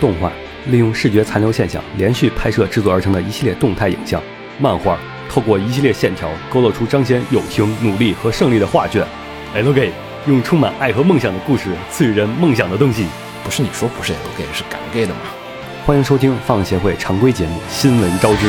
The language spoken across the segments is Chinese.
动画，利用视觉残留现象连续拍摄制作而成的一系列动态影像；漫画，透过一系列线条勾勒出彰显友情、努力和胜利的画卷。LG 用充满爱和梦想的故事赐予人梦想的东西。不是你说不是 L gay 是敢 gay 的吗？欢迎收听放协会常规节目《新闻招之》。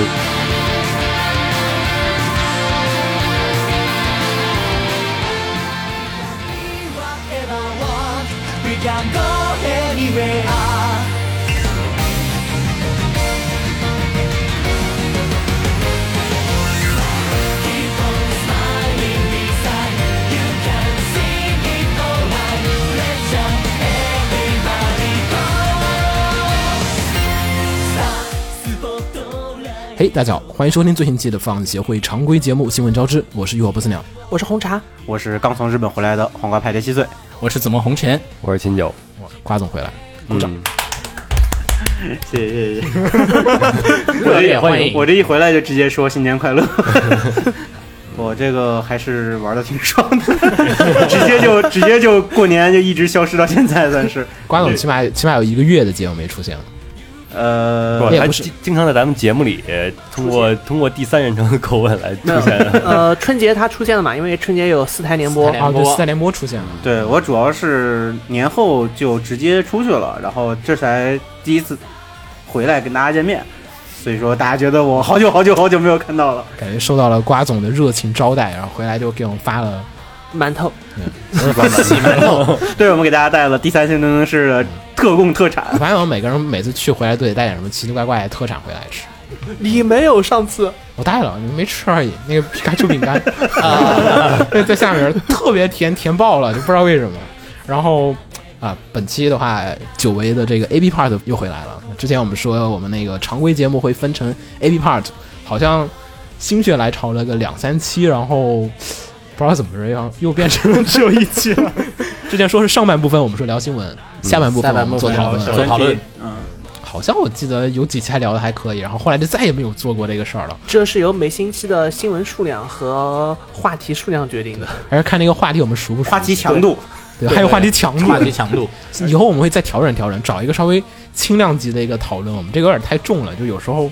嘿、大家好，欢迎收听最新期的放协会常规节目《新闻招之》，我是浴火不死鸟，我是红茶，我是刚从日本回来的黄瓜派对七岁，我是紫梦红尘，我是秦九，嗯瓜总回来。鼓掌。谢谢谢谢。热烈欢迎我这一回来就直接说新年快乐， 我这个还是玩的挺爽 的，直接就直接就过年就一直消失到现在，算是。瓜总对起码起码有一个月的节目没出现了，呃，不，也他不是经经常在咱们节目里呃通过通过第三人称的口吻来出 现。呃，春节它出现了嘛？因为春节有四台联播四台，联啊，对，播四大联播出现了，对我主要是年后就直接出去了，然后这才第一次回来跟大家见面，所以说大家觉得我好久好久好久没有看到了，感觉受到了瓜总的热情招待，然后回来就给我们发了馒头喜馒头。对我们给大家带了第三性能是的特供特产。反正我们每个人每次去回来都得带点什么奇奇怪怪的特产回来吃。你没有上次我带了，没吃而已。那个皮卡丘饼干 啊，那在下面特别甜，甜爆了，就不知道为什么。然后啊，本期的话，久违的这个 A B part 又回来了。之前我们说我们那个常规节目会分成 A B part，好像心血来潮了个两三期，然后不知道怎么着样，又变成了只有一期了。之前说是上半部分我们说聊新闻，下半部分嗯下半我们部做分讨聊论，小讨论，嗯，好像我记得有几期还聊的还可以，然后后来就再也没有做过这个事儿了。这是由每星期的新闻数量和话题数量决定的。还是看那个话题我们熟不熟悉？话题强度，对，还有话题强话题度。强度， 以后我们会再调整调整，找一个稍微轻量级的一个讨论。我们这个有点太重了，就有时候嘖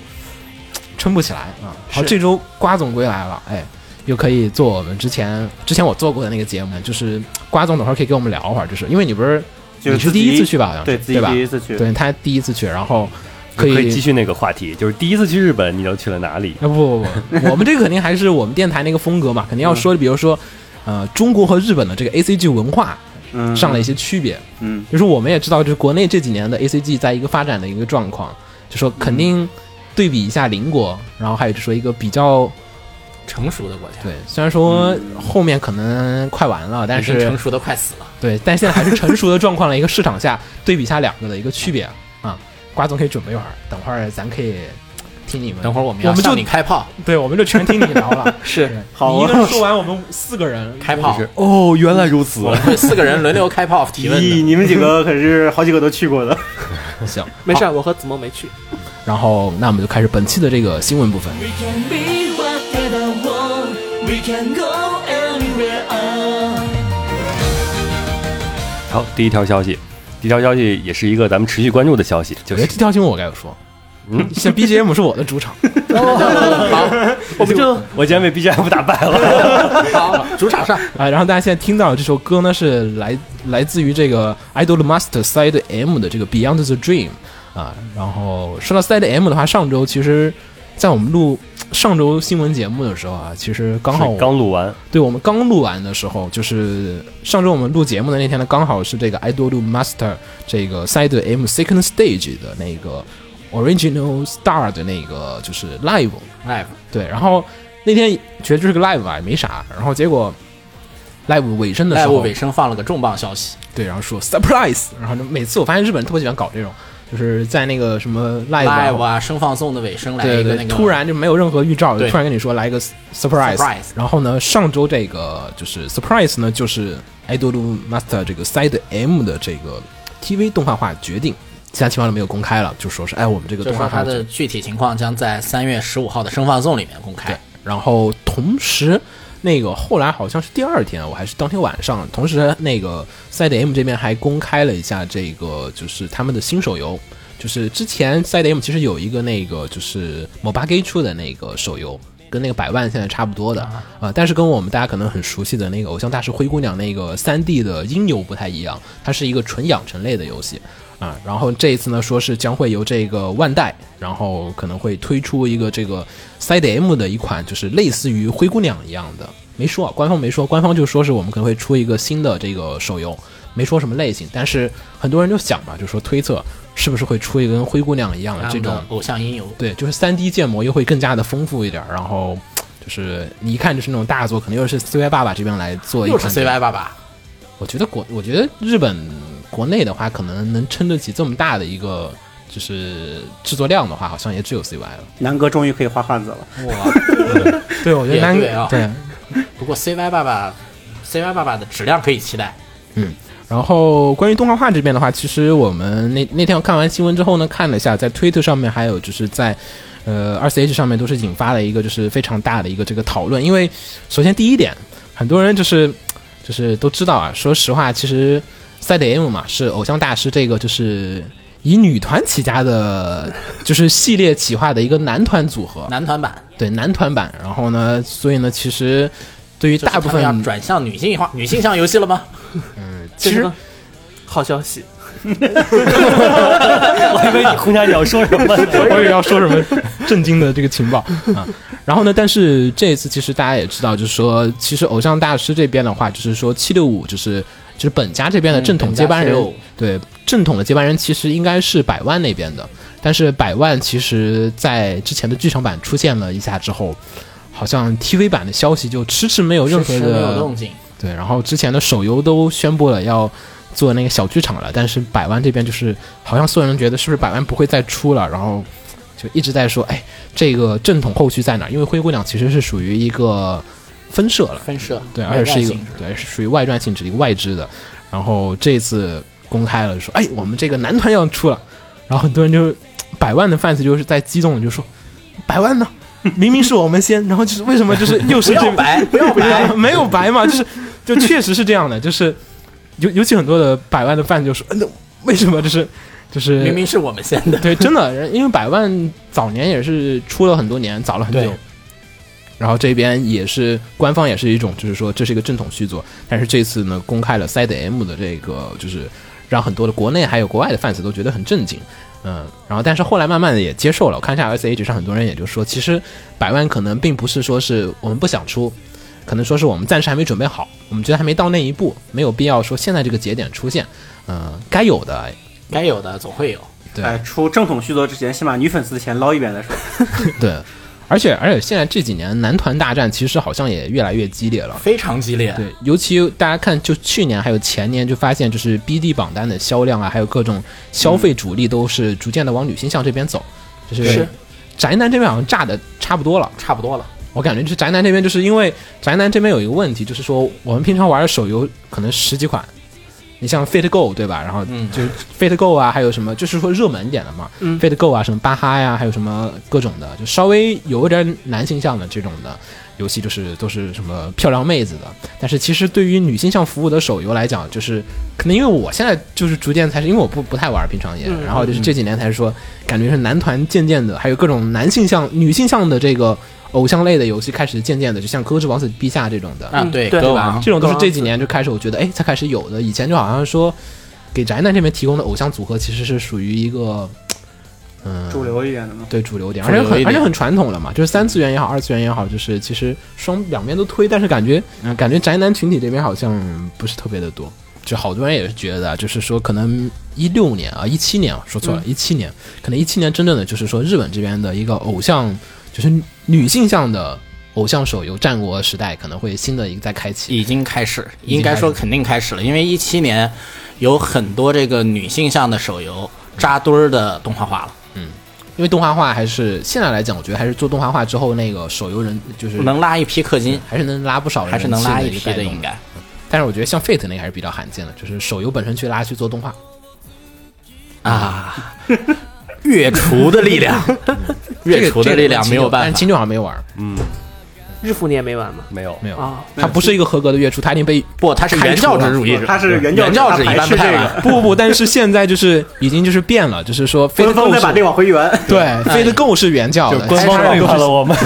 撑不起来啊。好，这周瓜总归来了，哎，又可以做我们之前之前我做过的那个节目，就是嘖瓜总等会儿可以跟我们聊会儿，就是因为你不是就你是自第己一次去吧？好像对是自己吧第？一次去，啊对他第一次去，然后可 可以以继续那个话题，就是第一次去日本，你都去了哪里？啊不不不，我们这个肯定还是我们电台那个风格嘛，肯定嗯要说，比如说呃中国和日本的这个 A C G 文化嗯，上了一些区别。嗯，就是我们也知道，就是国内这几年的 ACG 在一个发展的一个状况，就说肯嗯定对比一下邻国，然后还有就说一个比较成熟的国家，对，虽然说后面可能快完了，但已经是成熟的快死了。对，但现在还是成熟的状况的一个市场下，对比一下两个的一个区 别嗯啊。瓜总可以准备一会儿，等会儿咱可以听你们，等会儿我们我要们就向你开炮，对，我们就全听你聊 了。是对好你一个人说完，我们四个人开炮，哦，原来如此我们会四个人轮流开炮提问咦，的。你们几个可是好几个都去过的， 行， 没事好。儿，我和子墨没去。然后那我们就开始本期的这个新闻部分。 We can be whatever want. We can go anywhere. I 好，第一条消息，第一条消息也是一个咱们持续关注的消息，就我觉得是这哎条新闻我该说，嗯， 像 BGM 是我的 主场，我们就我竟然被 BGM 打败了。好，主场上，啊，然后大家现在听到的这首歌呢，是来来自于这个 Idol Master Side M 的这个 Beyond the Dream 啊。然后说到 Side M 的话，上周其实，在我们录上周新闻节目的时候啊，其实刚好我刚录完，对我们刚录完的时候，就是上周我们录节目的那天呢，刚好是这个 Idol Master 这个 Side M Second Stage 的那个 Original Star 的那个就是 Live 哎，对，然后那天觉得就是个 live 吧，也没啥，然后结果 live 尾声的时赖候物，尾声放了个重磅消息，对，然后说 surprise，然后就每次我发现日本人特别喜欢搞这种，就是在那个什么 live，啊、 live 啊，声放送的尾声来对一个对那对，个突然就没有任何预兆，对突然跟你说来一个 surprise，, surprise 然后呢，上周这个就是 surprise 呢，就是 idol master 这个 side M 的这个 TV 动画化决定。其他情况都没有公开了，就说是哎，我们这个就动说画化它的具体情况将在三月十五号的声放送里面公对开。，然后同时，那个后来好像是第二天，我还是当天晚上，同时那个赛 i M 这边还公开了一下这个就是他们的新手游，就是之前 Side M 其实有一个那个就是 MOBA 出的那个手游，跟那个百万现在差不多的啊、呃但是跟我们大家可能很熟悉的那个《偶像大师灰姑娘》那个3 D 的音游不太一样，它是一个纯养成类的游戏。啊，然后这一次呢，说是将会由这个万代，然后可能会推出一个这个 CDM 的一款，就是类似于灰姑娘一样的，没说啊，官方没说，官方就说是我们可能会出一个新的这个手游，没说什么类型，但是很多人就想嘛，就说推测是不是会出一个跟灰姑娘一样的他这们种的偶像音游，对，就是三 D 建模又会更加的丰富一点儿，然后就是你一看就是那种大作，可能又是 CY 爸爸这边来做一又款是 CY 爸爸，我觉得国，我觉得日本国内的话，可能能撑得起这么大的一个就是制作量的话，好像也只有 CY 了。 南哥终于可以画汉字了，哇！对，我觉也得南对啊对，不过 CY 爸爸，CY 爸爸的质量可以期待。然后关于动画化这边的话，其实我们那那天我看完新闻之后呢，看了一下，在推特上面还有就是在。呃，二 CH 上面都是引发了一个就是非常大的一个这个讨论，因为首先第一点，很多人就是就是都知道啊，说实话，其实赛德 M 嘛是偶像大师这个就是以女团起家的，就是系列企划的一个男团组合，男团版，对男团版。然后呢，所以呢，其实对于就是大部他分们要转向女性化、女性向游戏了吗？其这是实个好消息，我以为你红娘你要说什么呢？ 我也要说什么震惊的这个情报 啊。然后呢，但是这一次其实大家也知道，就是说，其实偶像大师这边的话，就是说七六五就是就是本家这边的正统接班人，嗯本家765对正统的接班人其实应该是百万那边的，但是百万其实在之前的剧场版出现了一下之后。好像 TV 版的消息就迟迟没有任何迟的迟没有动静，对，然后之前的手游都宣布了要做那个小剧场了，但是百万这边就是好像所有人觉得是不是百万不会再出了，然后就一直在说，哎，这个正统后续在哪儿？因为灰姑娘其实是属于一个分社了，分社对，而且是一个外在性质对是属于外传性质一个外支的，然后这次公开了说，哎，我们这个男团要出了，然后很多人就百万的 fans 就是在激动的就说，百万呢？明明是我们先，然后就是为什么就是又是这不要边 白，不要不白，是没有白嘛，就是就确实是这样的，就是尤尤其很多的百万的饭就说，嗯那为什么就是就是明明是我们先的，对，真的，人因为百万早年也是出了很多年，早了很久对。然后这边也是官方也是一种，就是说这是一个正统续作，但是这次呢公开了 Side M 的这个，就是让很多的国内还有国外的 fans 都觉得很震惊，嗯，然后但是后来慢慢的也接受了，我看一下 S H 上很多人也就说，其实百万可能并不是说是我们不想出，可能说是我们暂时还没准备好，我们觉得还没到那一步，没有必要说现在这个节点出现，嗯，该有的该有的总会有。对哎，出正统续作之前，先把女粉丝钱捞一遍再说。对，而且而且现在这几年男团大战其实好像也越来越激烈了。非常激烈，对，尤其大家看，就去年还有前年，就发现就是 BD 榜单的销量啊，还有各种消费主力都是逐渐的往女性向这边走，就是是宅男这边好像炸的差不多了。差不多了。我感觉就是宅男这边，就是因为宅男这边有一个问题，就是说我们平常玩的手游可能十几款，你像 Fate Go 对吧？然后嗯就是 Fate Go 啊，还有什么就是说热门一点的嘛、嗯 f a t e Go 啊，什么巴哈呀、还有什么各种的，就稍微有一点男性向的这种的游戏，就是都是什么漂亮妹子的。但是其实对于女性向服务的手游来讲，就是可能因为我现在就是逐渐才是因为我不不太玩，平常也，嗯然后就是这几年才是说，感觉是男团渐渐的，还有各种男性向、女性向的这个偶像类的游戏开始渐渐的，就像《歌之王子陛下》这种的，啊，嗯对，对歌吧王？这种都是这几年就开始，我觉得哎才开始有的。以前就好像说，给宅男这边提供的偶像组合其实是属于一个，嗯，主流一点的嘛。对主流点，主而流且很一而点且很传统了嘛，就是三次元也好，二次元也好，就是其实双两边都推，但是感觉、嗯感觉宅男群体这边好像不是特别的多。就好多人也是觉得啊，就是说可能一六年啊，一七年啊，说错了，嗯一七、年，可能一七年真正的就是说日本这边的一个偶像，就是女女性向的偶像手游战国时代可能会新的一个在开启。已经开始，已经应该说开肯定开始了，因为一七年有很多这个女性向的手游扎堆儿的动画化了，因为动画化还是现在来讲，我觉得还是做动画化之后，那个手游人就是能拉一批氪金，还是能拉不少人还是能拉一气批个带的，动应该。但是我觉得像 Fate 那个还是比较罕见的，就是手游本身去拉去做动画。嗯啊， 月厨的力量，月厨的力量没有但办是法青。六好像没玩。嗯，日服你也没玩吗？没有，没有，啊，它不是一个合格的月初，它已经 被不，他是原教旨主义者，他是原原教教旨一般不是这太玩个，不不不，但是现在就是已经就是变了，就是说 Fate 纷纷 Go 的把这是往回圆。哎对 Fate Go 是原教就的，官方开叉背 Go 叛是了我们。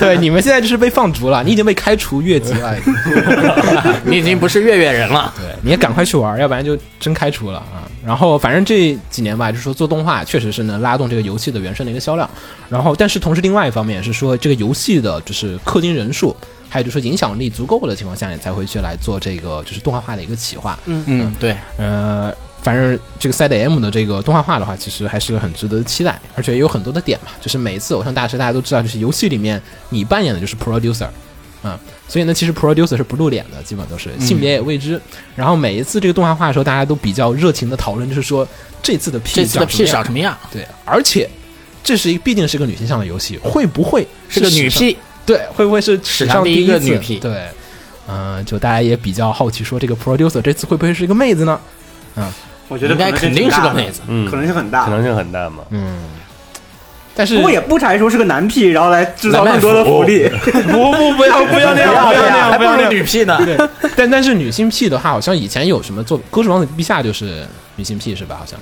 对，你们现在就是被放逐了，你已经被开除越级了， 你已经不是月月人了。对，你也赶快去玩，要不然就真开除了啊。然后反正这几年吧，就是说做动画确实是能拉动这个游戏的原生的一个销量，然后但是同时另外一方面也是说这个游戏的就是氪金人数。还有就是影响力足够的情况下，你才会去来做这个就是动画化的一个企划。嗯，对，呃，反正这个 Side M 的这个动画化的话，其实还是很值得期待，而且也有很多的点嘛，就是每一次偶像大师，大家都知道，就是游戏里面你扮演的就是 producer。嗯，所以呢，其实 producer 是不露脸的，基本都是性别也未知。然后每一次这个动画化的时候，大家都比较热情的讨论，就是说这次的 P 这次的长什 P 么样长什么样？对，而且这是一毕竟是个女性向的游戏，会不会 是个史女上 P，对，会不会是史上第第一个次女 P 对，嗯、就大家也比较好奇，说这个 producer 这次会不会是一个妹子呢？我觉得应该肯定是个妹子，子。嗯，可能性很可大。能性很大嘛。嗯，但是不过也不排除是个男 P，然后来制造更多的福利。不不不要不要那样，不要那样，还不不要那如样。女 P 呢。对，但但 是女性 P 的话，好像以前有什么做《歌之王子陛下》就是女性 P 是吧？好像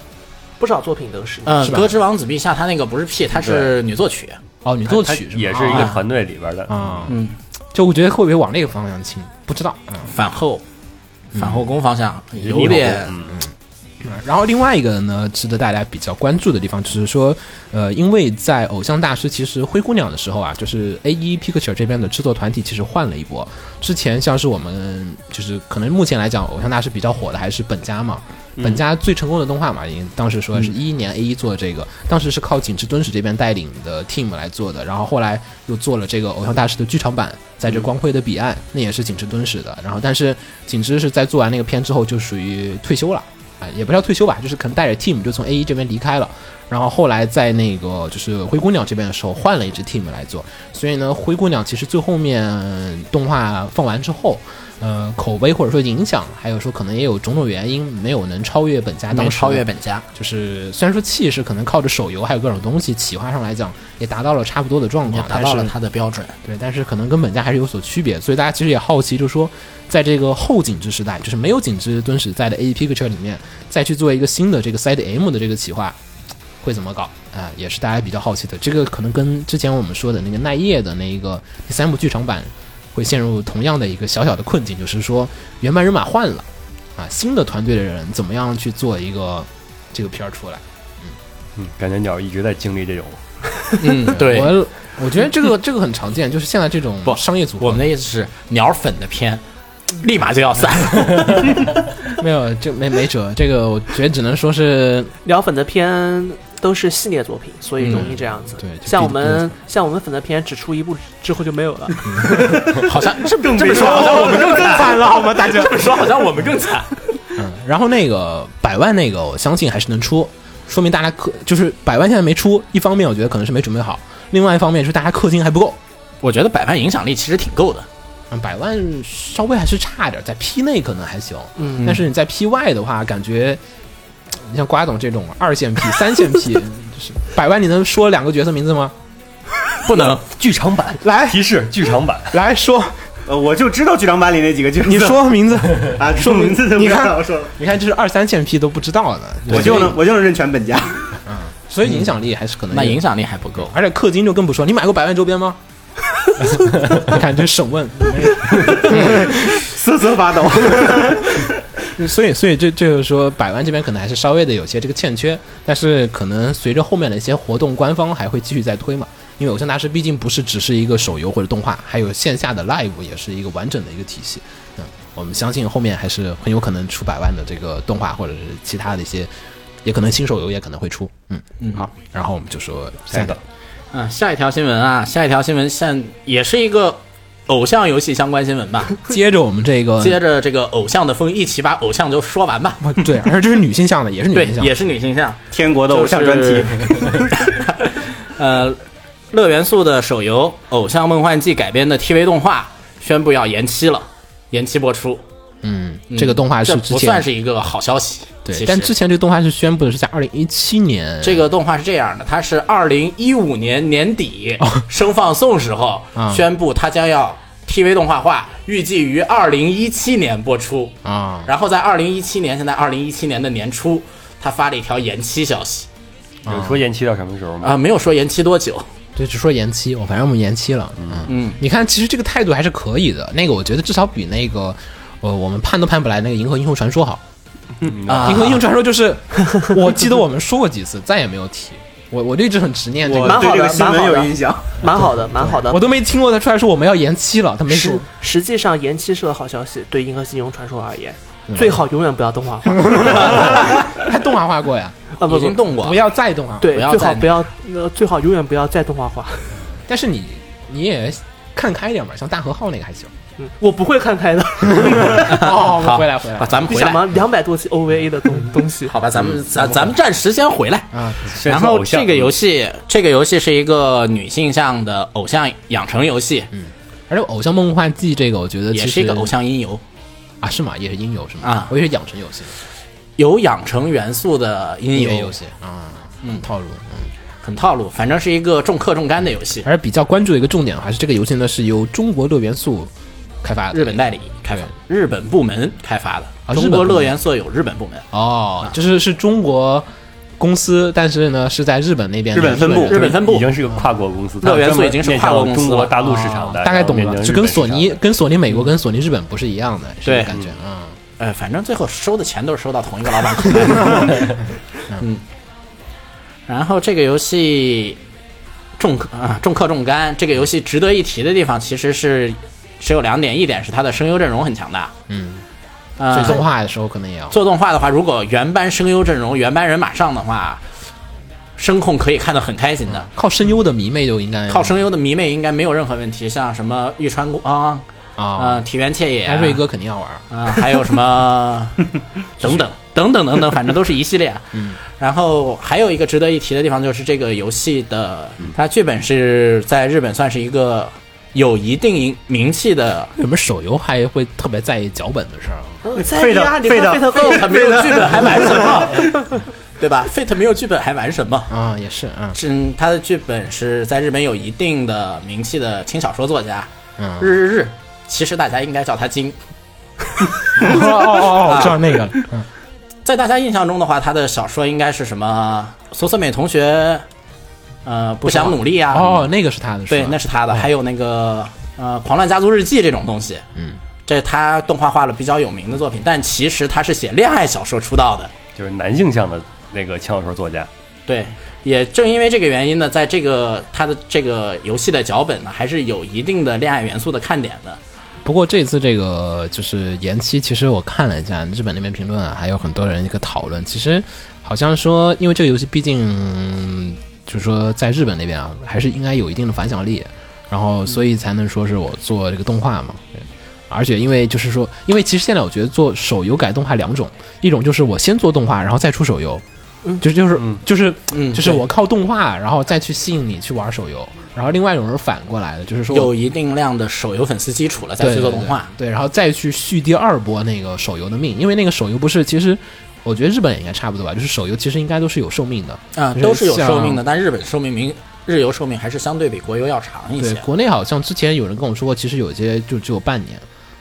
不少作品都是。嗯，是吧歌之王子陛下他那个不是 P，他是女作曲。哦，女作曲它是吧也是一个团队里边的，啊，嗯，就我觉得会不会往那个方向倾，不知道啊。嗯反后，反后宫方向有逆点火攻嗯然后另外一个呢，值得大家比较关注的地方，就是说，呃，因为在《偶像大师》其实灰姑娘的时候啊，就是 A E Picture 这边的制作团体其实换了一波。之前像是我们就是可能目前来讲，《偶像大师》比较火的还是本家嘛，本家最成功的动画嘛，因为当时说是一一年 A E 做的这个，当时是靠景之敦史这边带领的 team 来做的，然后后来又做了这个《偶像大师》的剧场版，在这光辉的彼岸，那也是景之敦史的。然后但是景之是在做完那个片之后就属于退休了。啊，也不叫退休吧，就是可能带着 team 就从 A 一这边离开了，然后后来在那个就是灰姑娘这边的时候换了一支 team 来做，所以呢，灰姑娘其实最后面动画放完之后，呃，口碑或者说影响，还有说可能也有种种原因没有能超越本家当能时超越本家。就是虽然说气势可能靠着手游还有各种东西企划上来讲也达到了差不多的状也况，达到了但是他的标准，对，但是可能跟本家还是有所区别，所以大家其实也好奇，就是说，在这个后景之时代，就是没有景之敦史在的 A E Picture 里面，再去做一个新的这个 Side M 的这个企划，会怎么搞啊、也是大家比较好奇的。这个可能跟之前我们说的那个奈叶的那一个第三部剧场版会陷入同样的一个小小的困境，就是说原班人马换了啊，新的团队的人怎么样去做一个这个片儿出来？嗯，感觉鸟一直在经历这种，嗯，对，我我觉得这个这个很常见，就是现在这种不商业组合我们的意思是鸟粉的片，立马就要散。 没有，这没没辙，这个我觉得只能说是聊粉的片都是系列作品，所以容易这样子。对就像我必定们像我们粉的片只出一部之后就没有了。 好像这么这么说，好像我们 更惨了，好吗？大家这么说，好像我们更惨。嗯，然后那个百万那个，我相信还是能出，说明大家氪就是百万现在没出，一方面我觉得可能是没准备好，另外一方面是大家氪金还不够，我觉得百万影响力其实挺够的，嗯，百万稍微还是差一点，在 P 内可能还行，嗯但是你在 P 外的话，感觉你像瓜董这种二线 P、三线 P，就是百万你能说两个角色名字吗？不能剧场版来提示剧场版， 来说，呃，我就知道剧场版里那几个角色。你说名字， 啊，说名字都不你知看道我说了， 你看这是二三线 P 都不知道的，我就能我就能认全本家。 所以影响力还是可能那有影响力还不够。而且氪金就更不说，你买过百万周边吗？你看这审问，瑟瑟发抖。 所以所以这这就是说，百万这边可能还是稍微的有些这个欠缺，但是可能随着后面的一些活动，官方还会继续再推嘛。因为偶像大师毕竟不是只是一个手游或者动画，还有线下的 live 也是一个完整的一个体系。嗯，我们相信后面还是很有可能出百万的这个动画或者是其他的一些，也可能新手游也可能会出。嗯嗯，好，然后我们就说下一个，嗯，下一条新闻啊，下一条新闻现也是一个偶像游戏相关新闻吧。接着我们这个，接着这个偶像的风，一起把偶像就说完吧。 对，而且这是女性向的，也是女对性，向的也。是女性向。天国的偶像专就是题，呃，乐元素的手游《偶像梦幻祭》改编的 TV 动画宣布要延期了，延期播出。嗯，这个动画这是之不算前是一个好消息。其对，实但之前这动画是宣布的是在二零一七年，这个动画是这样的，它是二零一五年年底生放送时候啊宣布，它将要 TV 动画化，预计于二零一七年播出。啊然后在二零一七年，现在二零一七年的年初，他发了一条延期消息 有说延期到什么时候吗？啊，没有说延期多久。对，只说延期，我哦反正我们延期了。嗯嗯，你看，其实这个态度还是可以的。那个，我觉得至少比那个，呃，我们盼都盼不来那个《银河英雄传说》好。啊银河英雄传说》就是， 我记得我们说过几次，再也没有提。我我就一直很执念这我个，蛮对好的这个新蛮闻好的有印象。蛮好的，蛮好的我。都没听过他出来说我们要延期了，他没说实。实际上，延期是个好消息，对《银河系英雄传说》而言，最好永远不要动 画化他动画化过呀，啊！不已不经，动过啊不。要再动画。，对不，要最好再不要，呃，最好永远不要再动画化。但是你你也看开一点吧，像大和号那个还 行。嗯我不会看开的。哦，回来回啊，来咱们你回想来，嘛，两百多期 OVA 的东东西，好吧，咱嗯们咱咱们暂时先回来。啊，虽然说后偶像这个游戏，这个游戏是一个女性向的偶像养成游戏，而且《偶像梦幻祭》这个，我觉得嗯也其是一实个偶像音游，啊，是吗？也是音游是吗？啊我以为是养成游戏，有养成元素的音音游乐游戏啊，嗯，套路，嗯。很套路，反正是一个重氪重肝的游戏，而比较关注的一个重点还是这个游戏呢是由中国乐元素开发的，日本代理开发，日本部门开发啊的，日本中部国门乐园所有日本部门，哦，就是是中国公司，但是呢是在日本那边的日本分部乐园日本分部已经是个跨国公司，乐元素已经是跨国公司了它专门面向中国大陆市场的，啊大概懂然后面了，向就日跟本市索尼、场的跟索尼美国、跟索尼日本不是一样的，是这对个感觉啊。呃，反正最后收的钱都是收到同一个老板口袋里。 嗯，然后这个游戏重氪啊重氪重肝，这个游戏值得一提的地方其实是只有两点，一点是它的声优阵容很强大，嗯，所呃以，动画的时候可能也要做动画的话，如果原班声优阵容、原班人马上的话，声控可以看得很开心的。靠声优的迷妹就应该靠声优的迷妹应该没有任何问题，像什么玉川光、啊呃，，提原切也、艾瑞哥肯定要玩，啊、还有什么 等等等等等等，反正都是一系列。 嗯，然后还有一个值得一提的地方就是这个游戏的，它剧本是在日本算是一个有一定名气 的，为什么手游还会特别在意脚本的事儿啊？呃在废的呀，你废看的费特没够，有剧本还玩什么？对吧？Fate 没有剧本还玩什么？啊，也是啊，嗯，他的剧本是在日本有一定的名气的轻小说作家，嗯，日日日，其实大家应该叫他金。哦哦哦，我知道那个了，嗯在大家印象中的话，他的小说应该是什么？索瑟美同学，呃，不想努力啊，哦，那个是哎他的，对，吧那是他的。还有那个呃，《狂乱家族日记》这种东西，嗯，这他动画化了比较有名的作品，但其实他是写恋爱小说出道的。就是男性向的那个轻小说作家，对，也正因为这个原因呢，在这个他的这个游戏的脚本呢，还是有一定的恋爱元素的看点的。不过这次这个就是延期，其实我看了一下日本那边评论啊，还有很多人一个讨论，其实好像说，因为这个游戏毕竟嗯就是说在日本那边啊，还是应该有一定的反响力，然后所以才能说是我做这个动画嘛。对而且因为就是说，因为其实现在我觉得做手游改动画两种，一种就是我先做动画，然后再出手游，嗯就是就是嗯就是嗯，就是我靠动画，然后再去吸引你去玩手游。然后另外一种是反过来的，就是说我有一定量的手游粉丝基础了，再对去对做动画。对，对，然后再去续第二波那个手游的命，因为那个手游不是，其实我觉得日本也应该差不多吧，就是手游其实应该都是有寿命的，啊、就是都是有像寿命的，但日本寿命明日游寿命还是相对比国游要长一对，些。国内好像之前有人跟我说过，其实有些就只有半年，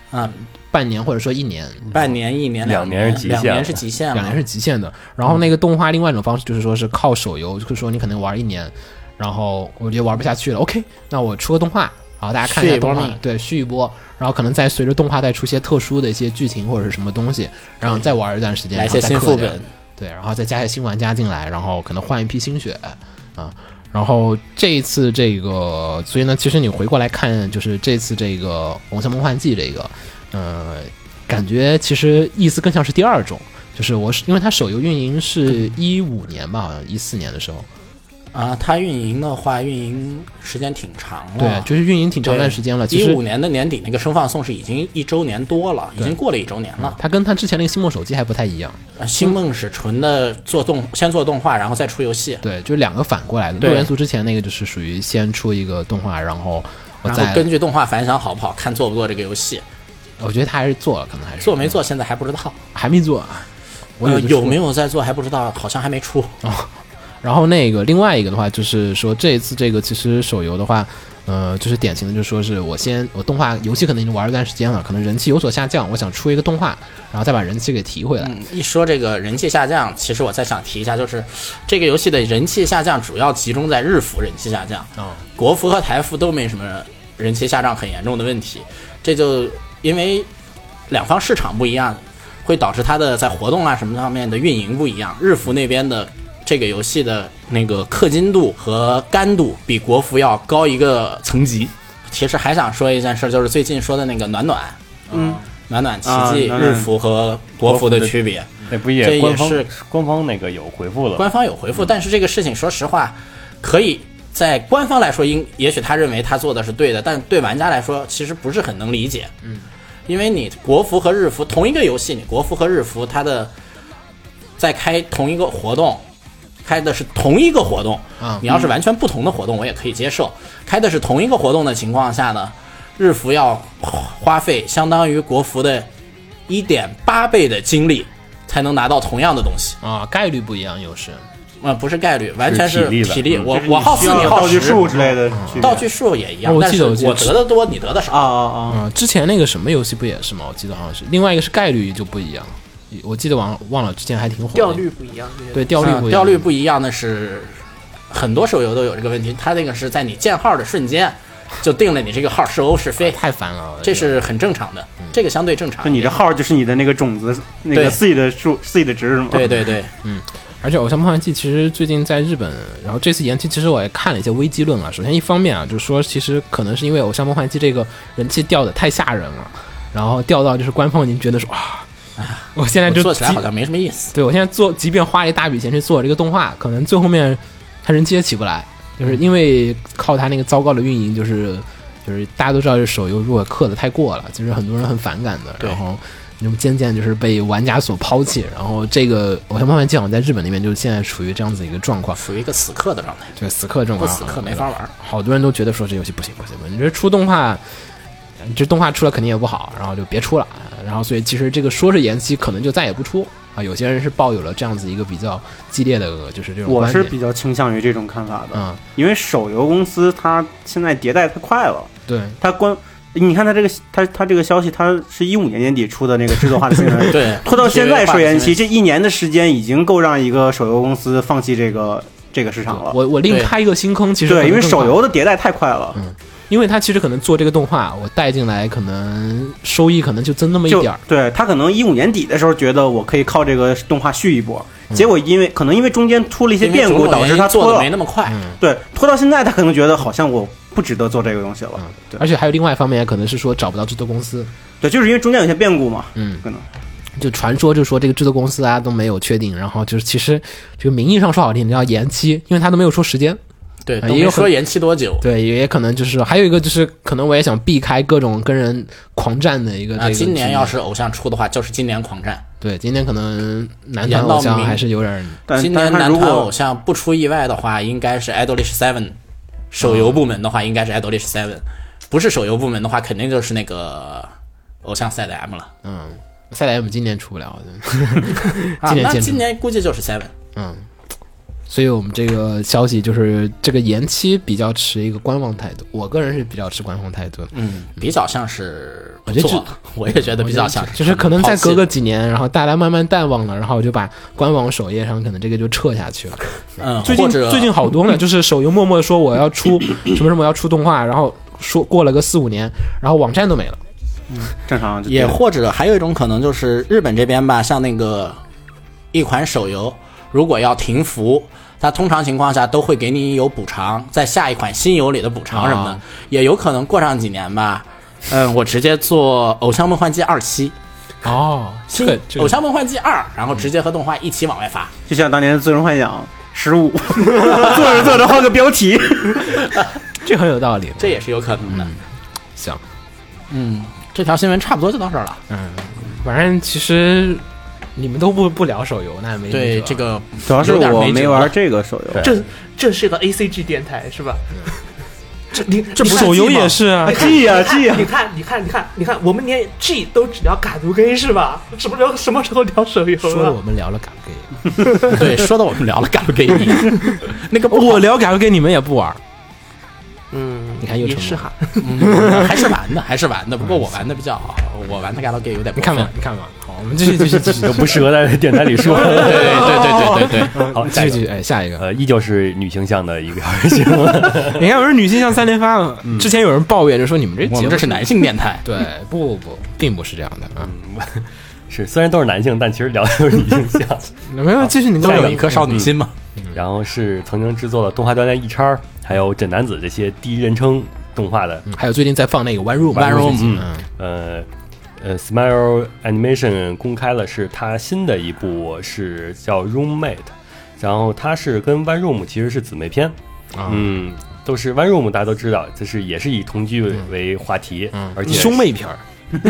啊、半年或者说一年，半年、一年、两年年是极限两了年是极限了。两年是极限的。然后那个动画另外一种方式就是说是靠手游，就是说你可能玩一年，然后我觉得玩不下去了，OK，那我出个动画。然后大家看一下续一波动画命，对，续一波，然后可能再随着动画再出些特殊的一些剧情或者是什么东西，然后再玩一段时间，来一然些后再新克副掉本，对，然后再加些新玩家进来，然后可能换一批新血啊。然后这一次这个，所以呢，其实你回过来看，就是这次这个《偶像梦幻祭》这个，呃，感觉其实意思更像是第二种，就是我是因为它手游运营是一五年吧，好像一四年的时候，啊，它运营的话，运营时间挺长了。对，就是运营挺长一段时间了。其哦一实五年的年底那个生放送是已经一周年多了，已经过了一周年了。它跟它之前那个星梦手机还不太一样，啊星梦是纯的做动，先做动画，然后再出游戏，对，就是两个反过来的。对六元素之前那个就是属于先出一个动画，然后我然再后根据动画反响好不好看，做不做这个游戏。我觉得他还是做了，可能还是做没做现在还不知道，还没做啊。我呃有有没有？有在做还不知道，好像还没出。然后那个另外一个的话，就是说这一次这个其实手游的话，呃，就是典型的，就是说是我先我动画游戏可能已经玩了一段时间了，可能人气有所下降，我想出一个动画，然后再把人气给提回来。嗯，一说这个人气下降，其实我再想提一下，就是这个游戏的人气下降主要集中在日服人气下降，哦国服和台服都没什么人气下降很严重的问题。这就因为两方市场不一样，会导致它的在活动啊什么方面的运营不一样。日服那边的这个游戏的那个氪金度和干度比国服要高一个层级。其实还想说一件事，就是最近说的那个暖暖，嗯，暖暖奇啊迹暖暖日服和国服的区别。那不嗯这也也官方是官方那个有回复了，官方有回复，但是这个事情说实话，可以在官方来说应，也许他认为他做的是对的，但对玩家来说其实不是很能理解。嗯，因为你国服和日服同一个游戏，你国服和日服它的在开同一个活动。开的是同一个活动啊你要是完全不同的活动，我也可以接受。开的是同一个活动的情况下呢，日服要花费相当于国服的一点八倍的精力，才能拿到同样的东西。啊，概率不一样，又是呃，不是概率，完全是是体力的体力。嗯我就是我你好需 四，要你好道具十，数之类的区别，道具数也一样哦，我但记是得我记得我得的多，你得的啊少。啊啊！嗯，之前那个什么游戏不也是吗？我记得好像是，另外一个是概率就不一样，我记得忘忘了，之前还挺火的。掉率不一样，这些对掉率不一样嗯掉率不一样的是，很多手游都有这个问题，它那个是在你建号的瞬间就定了你这个号是欧是非，太烦了，这是很正常的，这个相对正常就。你这号就是你嗯的那个种子，那个对 C 的数 C 的值是吗？对对对，而且《偶像梦幻祭》其实最近在日本，然后这次延期，其实我也看了一些危机论啊。首先一方面啊，就是说其实可能是因为《偶像梦幻祭》这个人气掉的太吓人了，然后掉到就是官方已经觉得说啊，我现在我就做起来即好像没什么意思。对我现在做，即便花了一大笔钱去做这个动画，可能最后面他人气也起不来，就是因为靠他那个糟糕的运营，就是就是大家都知道，这手游如果氪的太过了，其实很多人很反感的，对然后。那么渐渐就是被玩家所抛弃，然后这个偶像梦幻祭好像在日本那边就是现在处于这样子一个状况，属于一个死磕的状态，就是死磕这种不状死况啊磕没法玩。好多人都觉得说这游戏不行不行不行，你这出动画，这动画出了肯定也不好，然后就别出了。然后所以其实这个说是延期，可能就再也不出啊。有些人是抱有了这样子一个比较激烈的，就是这种 我观是点。比较倾向于这种看法的，嗯，因为手游公司它现在迭代太快了，对，它官，你看它这个它它这个消息，它是一五年年底出的那个制作化的新闻， 对，哎拖到现在说延期，这这一年的时间已经够让一个手游公司放弃这个这个市场了。我我另对开一个新坑，其实可对，能因为更手好游的迭代太快了，因为他其实可能做这个动画，我带进来可能收益可能就增那么一就点儿。对他可能一五年底的时候觉得我可以靠这个动画续一波，嗯结果因为可能因为中间出了一些变故，导致他做拖的到没那么快。嗯对拖到现在，他可能觉得好像我不值得做这个东西了。嗯对而且还有另外一方面，可能是说找不到制作公司，对，就是因为中间有些变故嘛，嗯，可能就传说就说这个制作公司啊都没有确定，然后就是其实这个名义上说好听，你要延期，因为他都没有说时间。对，也都没啊有很说延期多久。对，也可能就是还有一个就是，可能我也想避开各种跟人狂战的一个这啊，个局面。今年要是偶像出的话，就是今年狂战。对今年可能男团演到偶像明还是有点儿但今但年是他男如团偶果像不出意外的话，应该是 Idolish Seven，手游部门的话应该是 Idolish Seven，不是手游部门的话，肯定就是那个偶像赛的 M 了。嗯，赛莱姆今年出不了， 啊，年那见今年估计就是 Seven。嗯，所以我们这个消息就是这个延期比较持一个观望态度，我个人是比较持观望态度的。嗯，比较像是不我觉得做了，我也觉得比较像是，就是可能再隔个几年，然后大家慢慢淡忘了，然后就把官网首页上可能这个就撤下去了。嗯，最近或者最近好多了，就是手游默默说我要出什么什么要出动画，然后说过了个四五年，然后网站都没了。正常就也对或者还有一种可能就是日本这边吧，像那个一款手游，如果要停服，它通常情况下都会给你有补偿，在下一款新游里的补偿什么的，啊也有可能过上几年吧。嗯，我直接做《偶像梦幻祭二期》哦，这新个嗯《偶像梦幻祭二》，然后直接和动画一起往外发。就像当年的《最终幻想》十五， 做着做着换个标题，这很有道理。这也是有可能的。行，嗯，这条新闻差不多就到这儿了。嗯，反正其实你们都不不聊手游，那也没对辙这个主要是有点我没辙没了玩这个手游。这这是个 A C G 电台是吧？这你这你看手游 G 吗也是哎啊你看 G 呀你看 G 呀你看你看你看你看，我们连 G 都只聊嘎读 K 是吧？什么时候什么时候聊手游啊说的了我？们聊了嘎给， 对，说到我们聊了 GAG，那个不好我聊改 g 你们也不玩，嗯，你看又也成是功哈， 嗯还是玩的，还是玩的。不过我玩的比较好，我玩的 GAG 有点你过看分吧，你看吧，好，我们继续继续继续，都不适合在电台里说。 对对对对对对，好，继下续一继个续，哎，下一个，呃，依旧是女性向的一个游戏。 你看我是女性向三连发嘛，之前有人抱怨就说你们这我节们目哎这是男性电台，对，不不，并不是这样的啊， 是，虽然都是男性，但其实聊的都是女性向。没有，继续你都都有一颗少女心嘛。然后是曾经制作了动画锻炼一叉，还有枕男子这些第一人称动画的，嗯还有最近在放那个 One Room One Room，嗯，呃呃，Smile Animation 公开了是他新的一部是叫 Roommate，然后它是跟 One Room 其实是姊妹篇，啊嗯，都是 One Room 大家都知道，就是也是以同居为为话题，嗯而且兄妹片儿，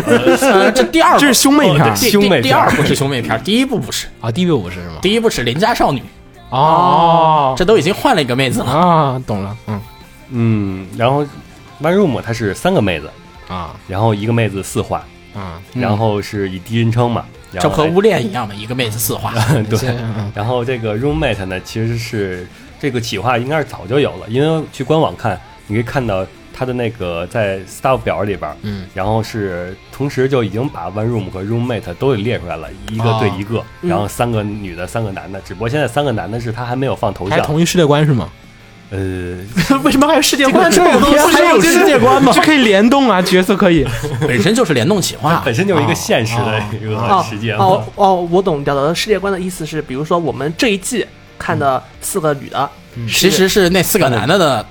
呃，这第二这是兄妹片哦儿对，第兄妹片第第儿二部是兄妹片儿，第一部不是，啊，地位五是是吗？第一部是邻家少女，哦这都已经换了一个妹子了。啊，懂了，嗯嗯，然后 One Room 它是三个妹子，啊然后一个妹子四话，啊，嗯然后是以第一人称嘛，然这后不和来 污恋一样吗？一个妹子四话，对先嗯然后这个 roommate 呢，其实是这个企划应该是早就有了，因为去官网看，你可以看到它的那个在 staff 表里边，嗯，然后是同时就已经把 one room 和 roommate 都给列出来了，一个对一啊个，嗯然后三个女的，三个男的，只不过现在三个男的是他还没有放头还是像，同一世界观是吗？呃，为什么还有世界观这种东西？还有世界观吗？这可以联动啊，角色可以。本身就是联动企划 本。身就是一个现实啊的一个哦世界嘛哦，哦，我懂表达的世界观的意思是，比如说我们这一季看的四个女的，其实是那四个男的的，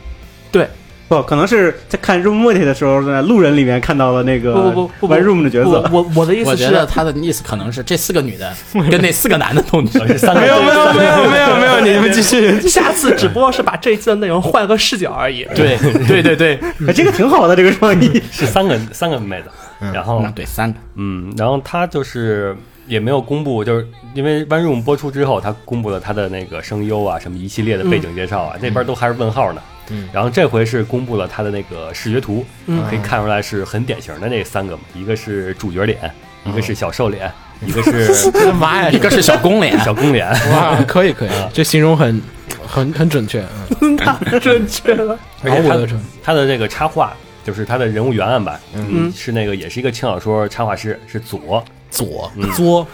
对，不，可能是在看 room mate 的时候，在路人里面看到了那个不不不不 one room 的角色。我我我的意我思觉是，得他的意思可能是这四个女的跟那四个男的都呃是三个没有没有没有没有没有，你们继 续。下次只不过是把这一季的内容换个视角而已。 对对对对，哎这个挺好的，这个创 意。是三个三个妹子，然后嗯对三个，嗯，然后他就是也没有公布，就是因为《One Room》播出之后，他公布了他的那个声优啊，什么一系列的背景介绍啊，那边都还是问号呢。嗯然后这回是公布了他的那个视觉图，嗯可以看出来是很典型的那三个嘛，一个是主角脸，一个是小兽脸，一个 是我的妈呀，一个是小公脸，小公脸。哇，啊可以可以，这形容很很很准确，嗯，太准确了。 而毫且无他得逞他的这个插画，就是他的人物原案吧，嗯是那个也是一个轻小说插画师，是左，左作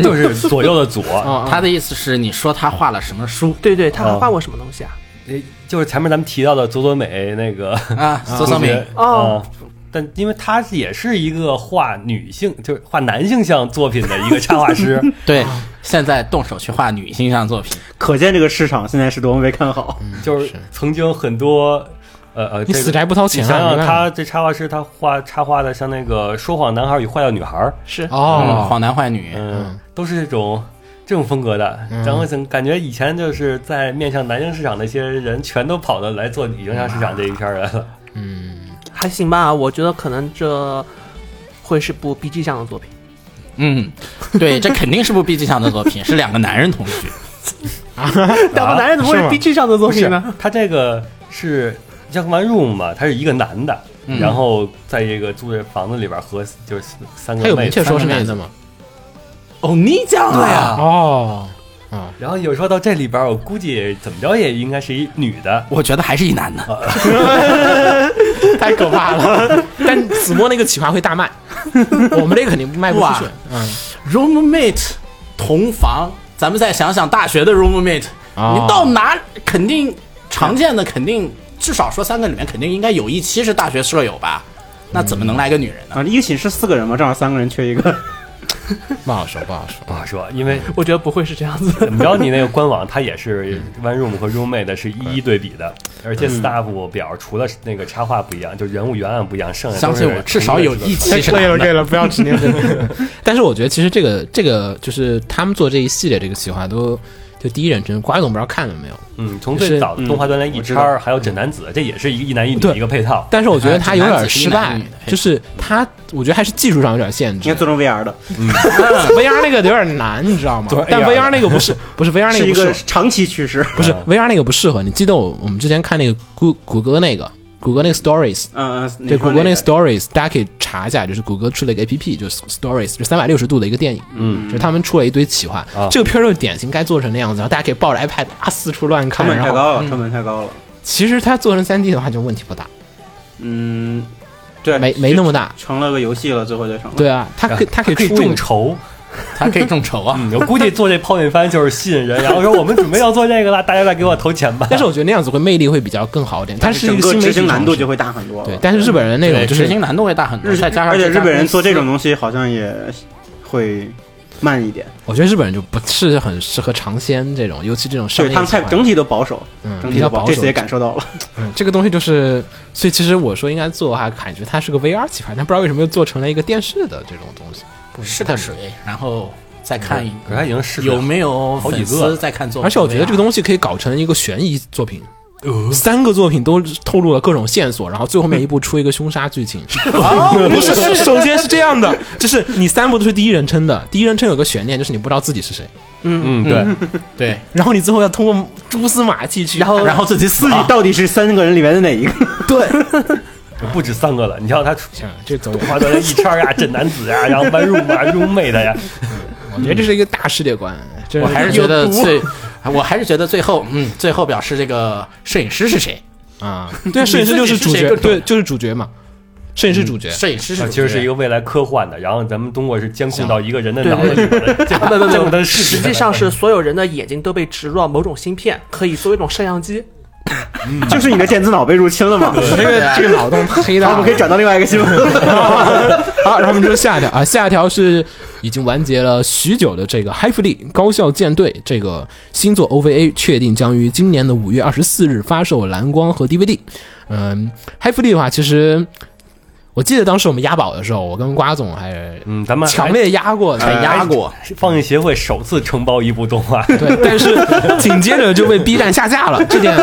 就是左右的左，啊，他的意思是你说他画了什么书对对，他还画过什么东西啊？诶就是前面咱们提到的佐佐美那个。啊？佐佐美，啊，哦但因为他也是一个画女性，就是画男性向作品的一个插画师，对，现在动手去画女性向作品，可见这个市场现在是多么被看好。就是曾经很多，呃呃，你这个死宅不掏钱你啊想想没办法他这插画师，他画插画的像那个《说谎男孩与坏掉女孩》，是嗯，哦，好男坏女，嗯，都是这种这种风格的。然后怎感觉以前就是在面向男性市场那些人，全都跑到来做女性向市场这一片儿来了。还行吧，我觉得可能这会是部 B G 这样的作品。嗯，对，这肯定是部 B G 向的作品，是两个男人同居，两个男人怎么会是吗是 B G 这样的作不品是呢？，他这个是像 One Room 嘛，他是一个男的，嗯然后在这个租的房子里边和就是三他个嗯有妹明子确，说是男的吗？哦，你讲了呀，哦，然后有时候到这里边，我估计怎么着也应该是一女的。我觉得还是一男的，太可怕了！但子墨那个企划会大卖，我们这个肯定卖不出去哇。roommate 同房，咱们再想想大学的 roommate，、哦你到哪肯定常见的肯定至少说三个里面肯定应该有一期是大学舍友吧？那怎么能来个女人呢？嗯啊，一个寝室四个人嘛，正好三个人缺一 个。不好说，不好说。不好啊说，因为我觉得不会是这样子的。 怎么着，你那个官网它也是 One Room 和 Roommate 是一一对比的，而且 staff 表除了那个插画不一样，就人物原案不一样，剩下相都是信我，至少有一期是可以男了，可以的。了，不要执念。 但是我觉得，其实这个这个就是他们做这一系列这个企划都就第一人称，瓜总不知道看了没有？嗯，从最早的动画锻炼一知道叉，还有枕男子，这也是一个一男一女对一个配套。但是我觉得他有点失哎这男败子一男一女的，嘿就是他，我觉得还是技术上有点限应制该。做成 VR 的， VR 那个有点难，你知道吗做？但 AR VR 那个不是不是 VR 那是个一不适合个长期趋势。不是 VR 那个不适合。你记得我我们之前看那个谷谷歌那个谷歌那个 Stories， 嗯嗯，对，你说谷歌那那个个 Stories，大家可以查一下，就是谷歌出了一个 APP，就是 Stories，就三百六十度的一个电影，嗯，就是他们出了一堆企划，啊这个片儿就是典型该做成那样子，然后大家可以抱着 iPad 啊四处乱成看，本然太后高了，嗯成本太高了。其实它做成三 D 的话就问题不大，嗯，对，没没那么大，成了个游戏了，最后就成了。对啊，它可以它可以可以出一众个筹，它可以众筹啊。嗯我估计做这泡面番就是吸引人，然后说我们准备要做这个了，大家来给我投钱吧。但是我觉得那样子会魅力会比较更好一点，它但是一整个个新媒执体行难度尝试就会大很多。嗯对，但是日本人那种对就执是行难度会大很多，日再加上而且这日家本人公司做这种东西好像也会慢一点，我觉得日本人就不是很适合尝鲜这种，尤其这种商对业他们企太划整体都保守，嗯整比体较都保守，这守次也。感受到了。嗯这个东西就是，所以其实我说应该做的话，感觉它是个 VR 企划，但不知道为什么又做成了一个电视的这种东西。不试了水，然后再看可是他已经试水了有没有粉好几个丝在看作嗯品。而且我觉得这个西东西可以搞成一个悬疑作品。三个作品都透露了各种线索，然后最后面一步出一个凶杀剧情。 哦不 是，是首先是这样的， 就是你三部都是第一人称的，第一人称有个悬念，就是你不知道自己是谁，嗯，对，对，然后你最后要通过蛛丝马迹去，然后然后自己死自己啊了。到底是三个人里面的哪一个？对，不止三个了，你像他出行，哎这走远了。花端一叉呀、 镇南子呀，然后弯入啊、入妹的呀，我觉得这是一个大世界观，这我还是觉得最，我还是觉得最后，嗯，最后表示这个摄影师是谁？啊，对，摄影师就是主你自己角，是谁更重要对，就是主角嘛，摄影师嗯主角，摄影师是啊主其角实是一个未来科幻的，然后咱们通过是监控到一个人的脑子里边的，监控不不不监控他的视实觉际上是所有人的眼睛都被植入到某种芯片，可以作为一种摄像机。嗯就是你的电子脑被入侵了嘛？ 这个这个脑 洞黑然到后我们可以转到另外一个新闻。好，然后我们说下一条啊，下一条是已经完结了许久的这个《嗨弗利高校舰队》这个新作 OVA，确定将于今年的五月二十四日发售蓝光和 DVD。嗯，嗨弗利的话，其实我记得当时我们押宝的时候，我跟瓜总还是嗯，咱们强烈压哎过的，被压过，放映协会首次承包一部动画，对，但是紧接着就被 B 站下架了，这 点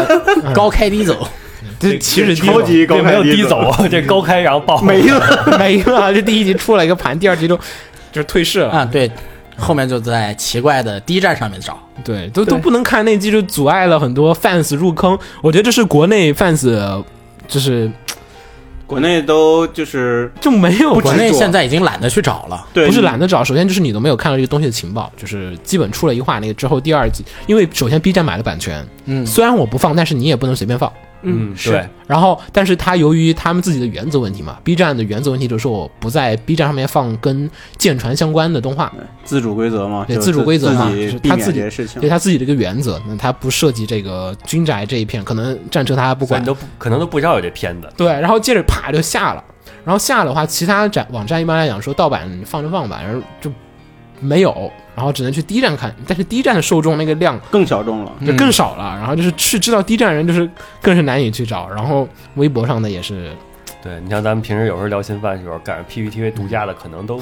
高开低走，这起始低超级高这没开有低低走，这高开然后爆没了。 没了，这第一集出了一个盘，第二集都就是退市了，啊，对，后面就在奇怪的 D 站上面找。对，都都不能看那季，就阻碍了很多 fans 入坑。我觉得这是国内 fans 就是国内都就是就没有啊不国执内着现在已经懒得去找了，对，不是懒得找，首先就是你都没有看到这个东西的情报，就是基本出了一话那个之后，第二季，因为首先 B 站买了版权，嗯，虽然我不放，但是你也不能随便放。嗯，对，然后，但是它由于他们自己的原则问题嘛，B 站的原则问题就是说我不在 B 站上面放跟舰船相关的动画，自主规则嘛，对就自主规则嘛就自己是避他免自这己些事情对。他自己的一个原则，那他不涉及这个军宅这一片，可能战车他不所以管你。都不可能都不知道有这片子，对，然后接着啪就下了，然后下的话，其他展网站一般来讲说盗版放着放吧，然后就没有，然后只能去 D 站看，但是 D 站的受众那个量更小众了，就更少了，然后就是去知道 D 站人就是更是难以去找，然后微博上的也是，对你像咱们平时有时候聊新番的时候，赶上 PPTV 独家的，可能都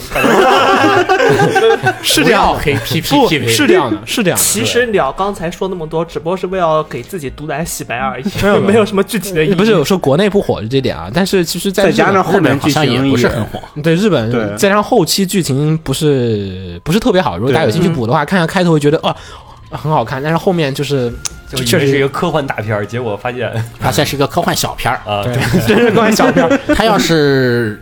是不要黑 P P 不 P 是这样的，是啊 这样的，其实聊刚才说那么多，只不过是为了给自己独来洗白而已，没有没有没有什么具体的意义。不是我说国内不火是这点啊，但是其实在再日加本上后面好剧像也情不是很火，对日本，对再加上后期剧情不是不是特别好，如果大家有兴趣补的话，看看开头会觉得哦很好看，但是后面就是就以确为是一实个科幻大片儿，结果发现发现是一个科幻小片儿。啊， 对，真是关于小片儿，他要是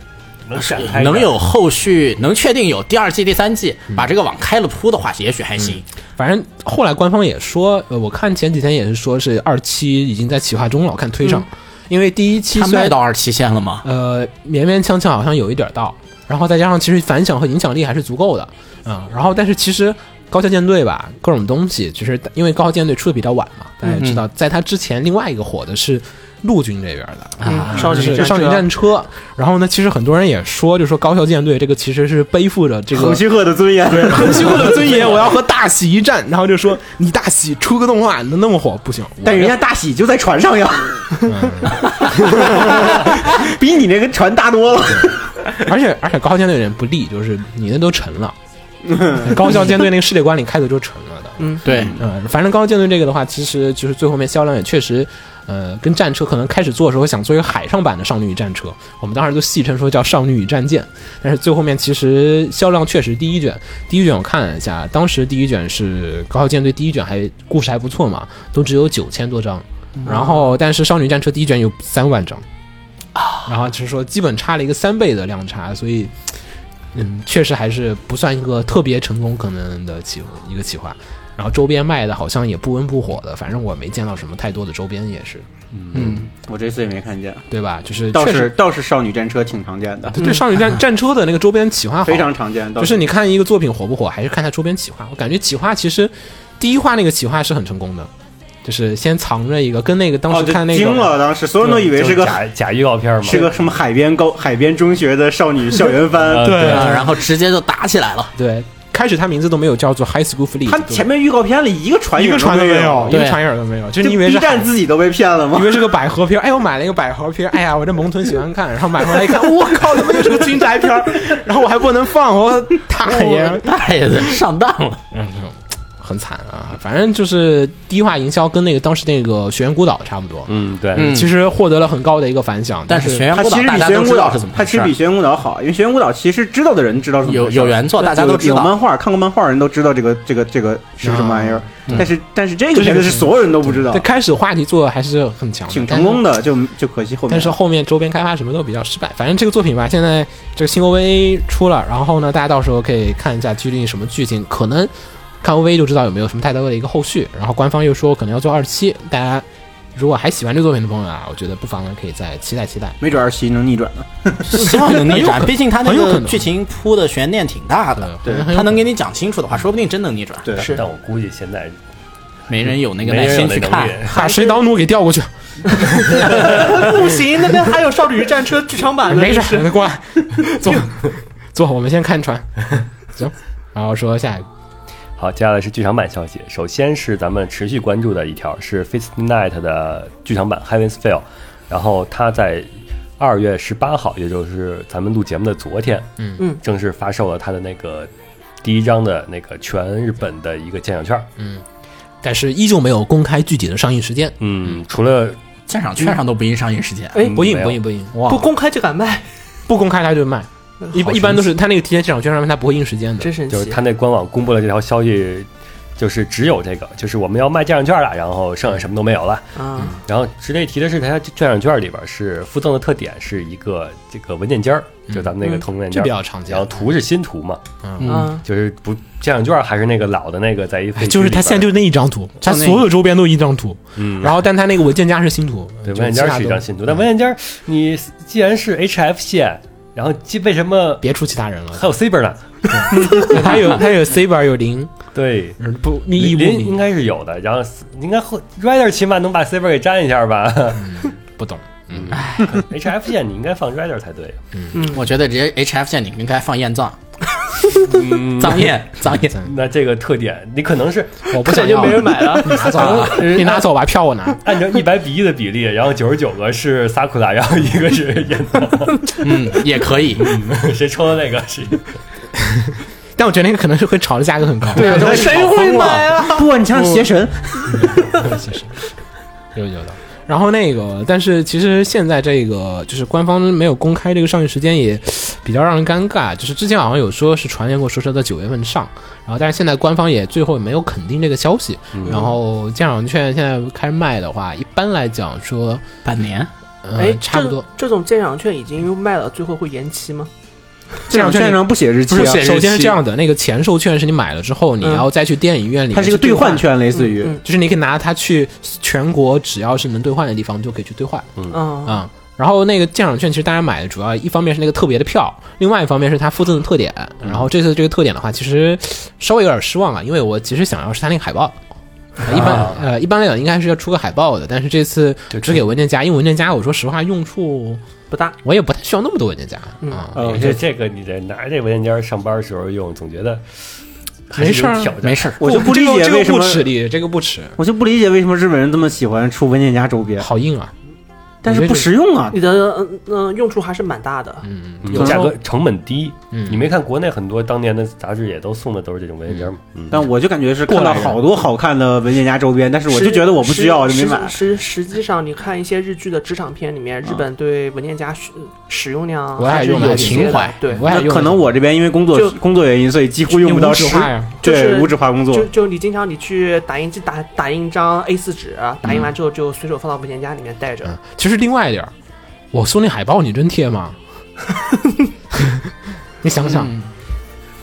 能展开能有后续，能确定有第二季、第三季，把这个网开了铺的话，也许还行。反正后来官方也说，呃我看前几天也是说是二期已经在企划中了，我看推上，因为第一期他虽卖然到二期线了吗？呃勉勉强强好像有一点儿到，然后再加上其实反响和影响力还是足够的，嗯，然后但是其实。高校舰队吧，各种东西，其实因为高校舰队出的比较晚嘛，大家也知道，在它之前另外一个火的是陆军这边的，嗯，少上女去啊少女战车。然后呢，其实很多人也说，就说高校舰队这个其实是背负着这个横须贺的尊严。横 须贺的尊严，我要和大喜一战。然后就说你大喜出个动画能那么火，不行。我 但人家大喜就在船上呀，嗯 比你那个船大多了。而且而且高校舰队有点不利，就是你那都沉了。高校舰队那个世界观里开头就沉了的。对，嗯，反正高校舰队这个的话，其实就是最后面销量也确实。呃，跟战车可能开始做的时候想做一个海上版的《少女与战车》，我们当时都戏称说叫《少女与战舰》，但是最后面其实销量确实第一卷，第一卷我看了一下，当时第一卷是高校舰队第一卷还故事还不错嘛，都只有九千多章，然后但是《少女战车》第一卷有三万章，然后就是说基本差了一个三倍的量差，所以嗯，确实还是不算一个特别成功可能的企一个企划。然后周边卖的好像也不温不火的，反正我没见到什么太多的周边，也是，嗯，我这次也没看见，对吧？就是倒确是实倒是少女战车挺常见的，对少女 战战车的那个周边企划好非常常见，倒就是你看一个作品火不火，还是看它周边企划。我感觉企划其实第一话那个企划是很成功的，就是先藏着一个，跟那个当哦时就看那个、惊了，当时所有人都以为是就个假假预告片嘛，是个什么海边高海边中学的少女校园番，啊对啊然后直接就打起来了。对，开始他名字都没有叫做 High School Fleet，他对前面预告片里一个船一个影船都都没有有，对一个船影都没有，就啊就你以为是 B 站海自己都被骗了吗 以？为是个百合片儿，哎，我买了一个百合片儿，哎呀，我这萌豚喜欢看，然后买回来一看，我靠，他妈又是个军宅片儿，然后我还不能放，我大爷，大爷的上当了，很惨啊！反正就是第一话营销跟那个当时那个《学园孤岛》差不多，嗯，对，嗯其实获得了很高的一个反响，但是是学员他舞蹈其实大比家学都员舞知蹈道是怎么，他回其事实儿比，学员舞蹈好，因为学员舞蹈其实知道的人知道什么有回事儿有原作，大家都知有道。漫画看过漫画的人都知道这个这个这个是个什么玩意儿，但是但是这个这是片子是个所有人都不知道对，开始话题做的还是很强的，挺但成是功的，就就可惜后面但是后面周边开发什么都比较失败。反正这个作品吧，现在这个新 OVA 出了，然后呢，大家到时候可以看一下究竟什么剧情，可能看 OVA 就知道有没有什么太多的一个后续。然后官方又说可能要做二期，大家如果还喜欢这个作品的朋友啊，我觉得不妨呢可以再期待期待。没准二期能逆转呢。 希望能逆转，毕竟他那很有可个能剧情铺的悬念挺大的，对他能给你讲清楚的话，说不定真能逆转。对是但我估计现在没人有那个没耐人有心那去能看 力。把水岛弩给调过去，不行，那边还有《少女战车》剧场版呢，没 这事，是你过来，坐坐，我们先看船， 行。然后说下一个，好，接下来是剧场版消息。首先是咱们持续关注的一条是 Fist Night 的剧场版 Heaven's Feel，然后它在二月十八号，也就是咱们录节目的昨天，嗯嗯正式发售了它的那个第一张的那个全日本的一个鉴赏券。但是依旧没有公开具体的上映时间，嗯，除了鉴赏券上都不印上映时间，哎嗯不印没有不印不印，哇不公开就敢卖，不公开他就卖，一好一般都是他那个提前鉴赏券上面他不会印时间的，真神就是奇。他那官网公布了这条消息，就是只有这个，就是我们要卖鉴赏券了，然后剩下什么都没有了。嗯啊，然后值得一提的是，它鉴赏券里边是附赠的特点是一个这个文件夹儿，就咱们那个嗯透明文这件比夹儿。较常见然后。图是新图嘛，嗯，嗯，就是不鉴赏券还是那个老的那个，在一哎就是他现在就就那一张图，他那所有周边都一张图，哦嗯，然后但他那个文件夹是新图，对就文件其夹他是一都嗯张新图，但文件夹你既然是 HF 线，然后既为什么别出其他人了。还有 Saber 呢？他有他有 C 本有零，对。嗯不意义林不林应明，该是有的，然后应该后 Rider 起码能把 Saber 给粘一下 吧。不懂。 HF 线你应该放 Rider 才对。我觉得直接 HF 线你应该放艳藏，嗯脏艳脏艳，那这个特点，你可能是我不这想就要，没人你买了。拿走 吧，你拿走吧，票我拿。按照一百比一的比例，然后九十九个是萨库拉，然后一个是演嗯，也可以。谁抽的那个是但我觉得那个可能是会炒的价格很高。对， 谁会买啊？不，你像邪神，其实有有的。然后那个，但是其实现在这个就是官方没有公开这个上映时间，也比较让人尴尬。就是之前好像有说是传言过，说是在九月份上，然后但是现在官方也最后也没有肯定这个消息。嗯然后鉴赏券现在开始卖的话，一般来讲说，半年，呃哎，，差不多。这。这种鉴赏券已经卖了，最后会延期吗？这场券上不写日期不是，啊，首先是这样的，那个前售券是你买了之后，你嗯要再去电影院里面它是一个去兑换换，券，类似于嗯就是你可以拿它去全国只要是能兑换的地方就可以去兑换。嗯，啊、然后那个鉴赏券其实大家买的主要一方面是那个特别的票，另外一方面是它附赠的特点。嗯然后这次这个特点的话，其实稍微有点失望啊，因为我其实想要是它那个海啊报。呃一般、呃，一般来讲应该是要出个海报的，但是这次只给文件夹，因为文件夹我说实话用处不大。我也不太需要那么多文件夹啊、嗯 哦，这这个你得拿着这文件夹上班的时候用，总觉得还没是事有儿挑，战。没事儿。我就不理解这个这为什个么不吃力，这个不吃，我就不理解为什么日本人这么喜欢出文件夹周边，好硬啊！但是不实用啊。你的嗯、呃用处还是蛮大的。嗯价格成本低，嗯你没看国内很多当年的杂志也都送的都是这种文件夹吗？嗯，但我就感觉是看过到来人好多好看的文件夹周边，但是我就觉得我不需要，我就没买。实实实际上，你看一些日剧的职场片里面，日本对文件夹使使用量我也还是用有来一些情的怀，对，我也用可能我这边因为工就作工作原因，所以几乎用不到实用无纸啊化呀，就是对无纸化工就作。就你经常你去打印机打啊打印一张 A 4纸，打印完之后就随手放到文件夹里面带着。嗯，其实另外一点儿，我送那海报你真 贴吗？你想嗯想，嗯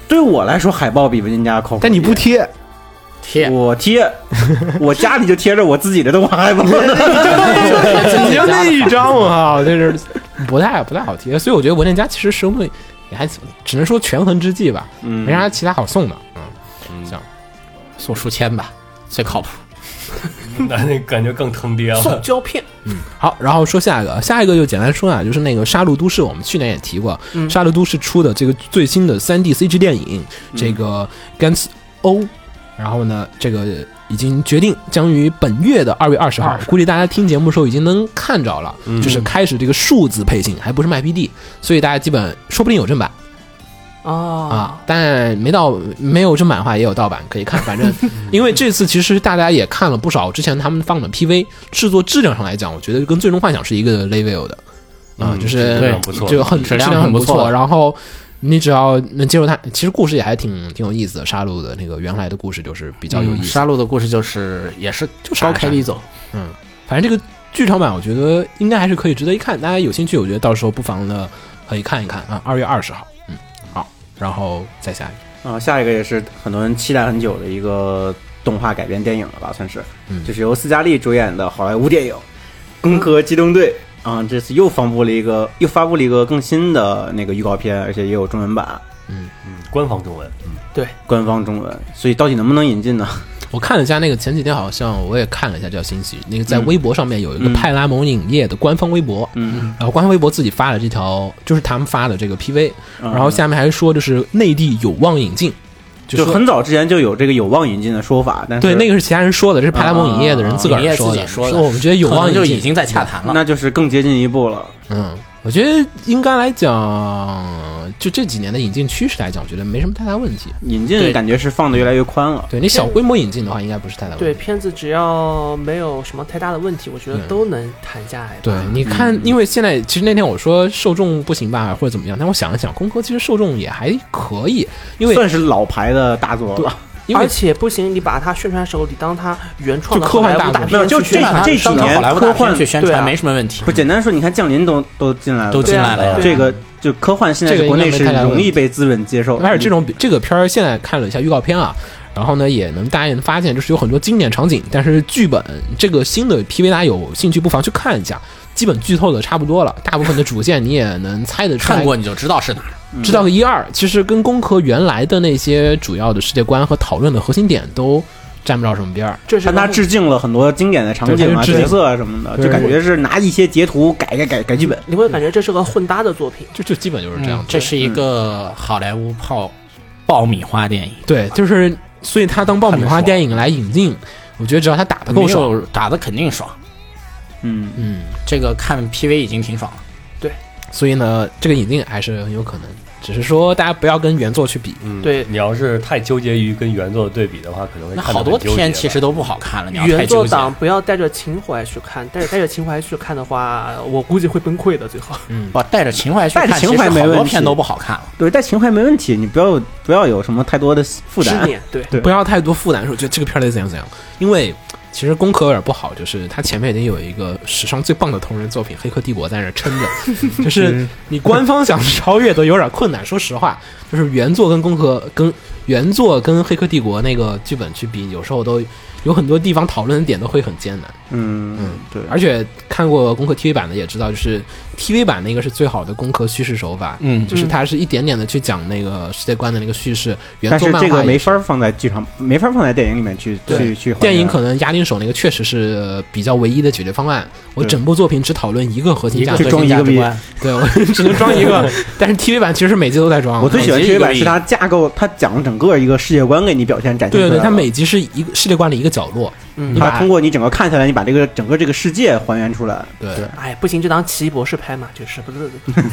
对我来说，海报比文件夹靠谱一点。但你不贴，贴，我 贴，我家里就贴着我自己的动画海报呢。你就那一张我靠，这是不太不太好贴，所以我觉得文件夹其实是我们也还只能说权衡之计吧，嗯没啥其他好送的。嗯，送书签吧，最靠谱。嗯那那感觉更坑爹了。胶片，好，然后说下一个，下一个就简单说啊，就是那个《杀戮都市》，我们去年也提过，杀戮都市》出的这个最新的 3D CG 电影，这个 Gans O，然后呢，这个已经决定将于本月的二月二十号，嗯估计大家听节目的时候已经能看着了，就是开始这个数字配信，还不是卖 PD，所以大家基本说不定有正版啊，啊，但没到没有正版的话也有盗版可以看，反正因为这次其实大家也看了不少之前他们放的 PV，制作质量上来讲，我觉得跟《最终幻想》是一个 level 的，啊、嗯就是质量不错就很质质量量很很不不错错，然后。你只要能接受它，其实故事也还挺挺有意思的。杀戮的那个原来的故事就是比较有意思，嗯杀戮的故事就是也是嗯就高杀开低走，反正这个剧场版我觉得应该还是可以值得一看，大家有兴趣，我觉得到时候不妨呢可以看一看啊。二月二十号，嗯，好，然后再下一个，啊，下一个也是很多人期待很久的一个动画改编电影了吧，算是，嗯就是由斯嘉丽主演的好莱坞电影《攻壳机动队》啊，这次又发布了一个又发布了一个更新的那个预告片，而且也有中文版、嗯官方中文，官方中文，所以到底能不能引进呢？我看了一下那个前几天好像我也看了一下这条信息，那个在嗯微博上面有一个嗯派拉蒙影业的官方微博，嗯，然后官方微博自己发了这条，就是他们发的这个 PV，嗯然后下面还说就是内地有望引进，就就是很早之前就有这个有望引进的说法，但是对那个是其他人说的，这是派拉蒙影业的人自个影业儿自说己的，说的我们觉得有可望能就引已进，经在洽谈了。那就是更接近一步了。嗯，我觉得应该来讲，就这几年的引进趋势来讲，我觉得没什么太大问题。引对进感觉是放的越来越宽了。对你小规模引进的话，应该不是太大问对题。片子只要没有什么太大的问题，我觉得嗯都能谈下来吧。对，你看，因为现在其实那天我说受众不行吧，或者怎么样，但我想了想，空壳其实受众也还可以，因为算是老牌的大作了，因而为且不行，你把它宣传手里当它原创的就科幻好莱坞大大作没有片就去宣这传，这几商场好年莱坞科大片幻去宣对传啊没什么问题不，简单说，你看降临都都进来了，都对进啊来了呀。这个就科幻现在这在个国内应该是没太大容问易题被资本接受，而且这种这个片儿现在看了一下预告片啊，然后呢也能大家也能发现，就是有很多经典场景，但是剧本这个新的 PV 大家有兴趣不妨去看一下，基本剧透的差不多了，大部分的主线你也能猜得出来看。过你就知道是哪儿。知道个一二，其实跟工科原来的那些主要的世界观和讨论的核心点都沾不着什么边儿。这是但他致敬了很多经典的场景啊、对它是致敬角色啊什么的，对就感觉是拿一些截图改改改改剧本。你会感觉这是个混搭的作品。就就基本就是这样嗯，。这是一个好莱坞泡爆米花电影，对，就是所以他当爆米看花得爽电影来引进，我觉得只要他打得够没爽，有打的肯定爽。嗯，嗯，这个看 PV 已经挺爽了。所以呢，这个引进还是很有可能。只是说大家不要跟原作去比，嗯，对你要是太纠结于跟原作的对比的话，可能会那看得好多很纠结片吧 其实都不好看了，你要太原纠作结。党不要带着情怀去看，但是带着情怀去看的话，我估计会崩溃的。最后，哇，带着情怀去看，带着情怀其实好没多问题片都不好看了。对，但情怀没问题，你不要有不要有什么太多的负执担。啊念对，对不要太多负担，说觉得这个片儿得怎样怎样。因为其实《攻壳》有点不好，就是它前面已经有一个史上最棒的同人作品《黑客帝国》在那儿撑 着，就是你官方想超越都有点困难。说实话，就是原作跟《攻壳》跟原作跟《黑客帝国》那个剧本去比，有时候都有很多地方讨论的点都会很艰难。嗯嗯对。而且看过《攻壳》TV 版的也知道，就是 TV 版那个是最好的《攻壳》叙事手法。嗯，就是它是一点点的去讲那个世界观的那个叙事，原但作是漫这画个也没法放在剧场，没法放在电影里面去对去去还原。电影可能押金手那个确实是呃比较唯一的解决方案。我对整部作品只讨论一个核心价值就装一个价值逼观对我只能装一 个。但是 TV 版其实每集都在装我，最喜欢每集 TV 一个版亿是它架构，它讲整个一个世界观给你表现展现对出对来对，了它每集是一个世界观的一个角落，你它把通过你整个看下来，你把这个整个这个世界还原出来。对，哎，不行就当奇异博士拍嘛，就是不是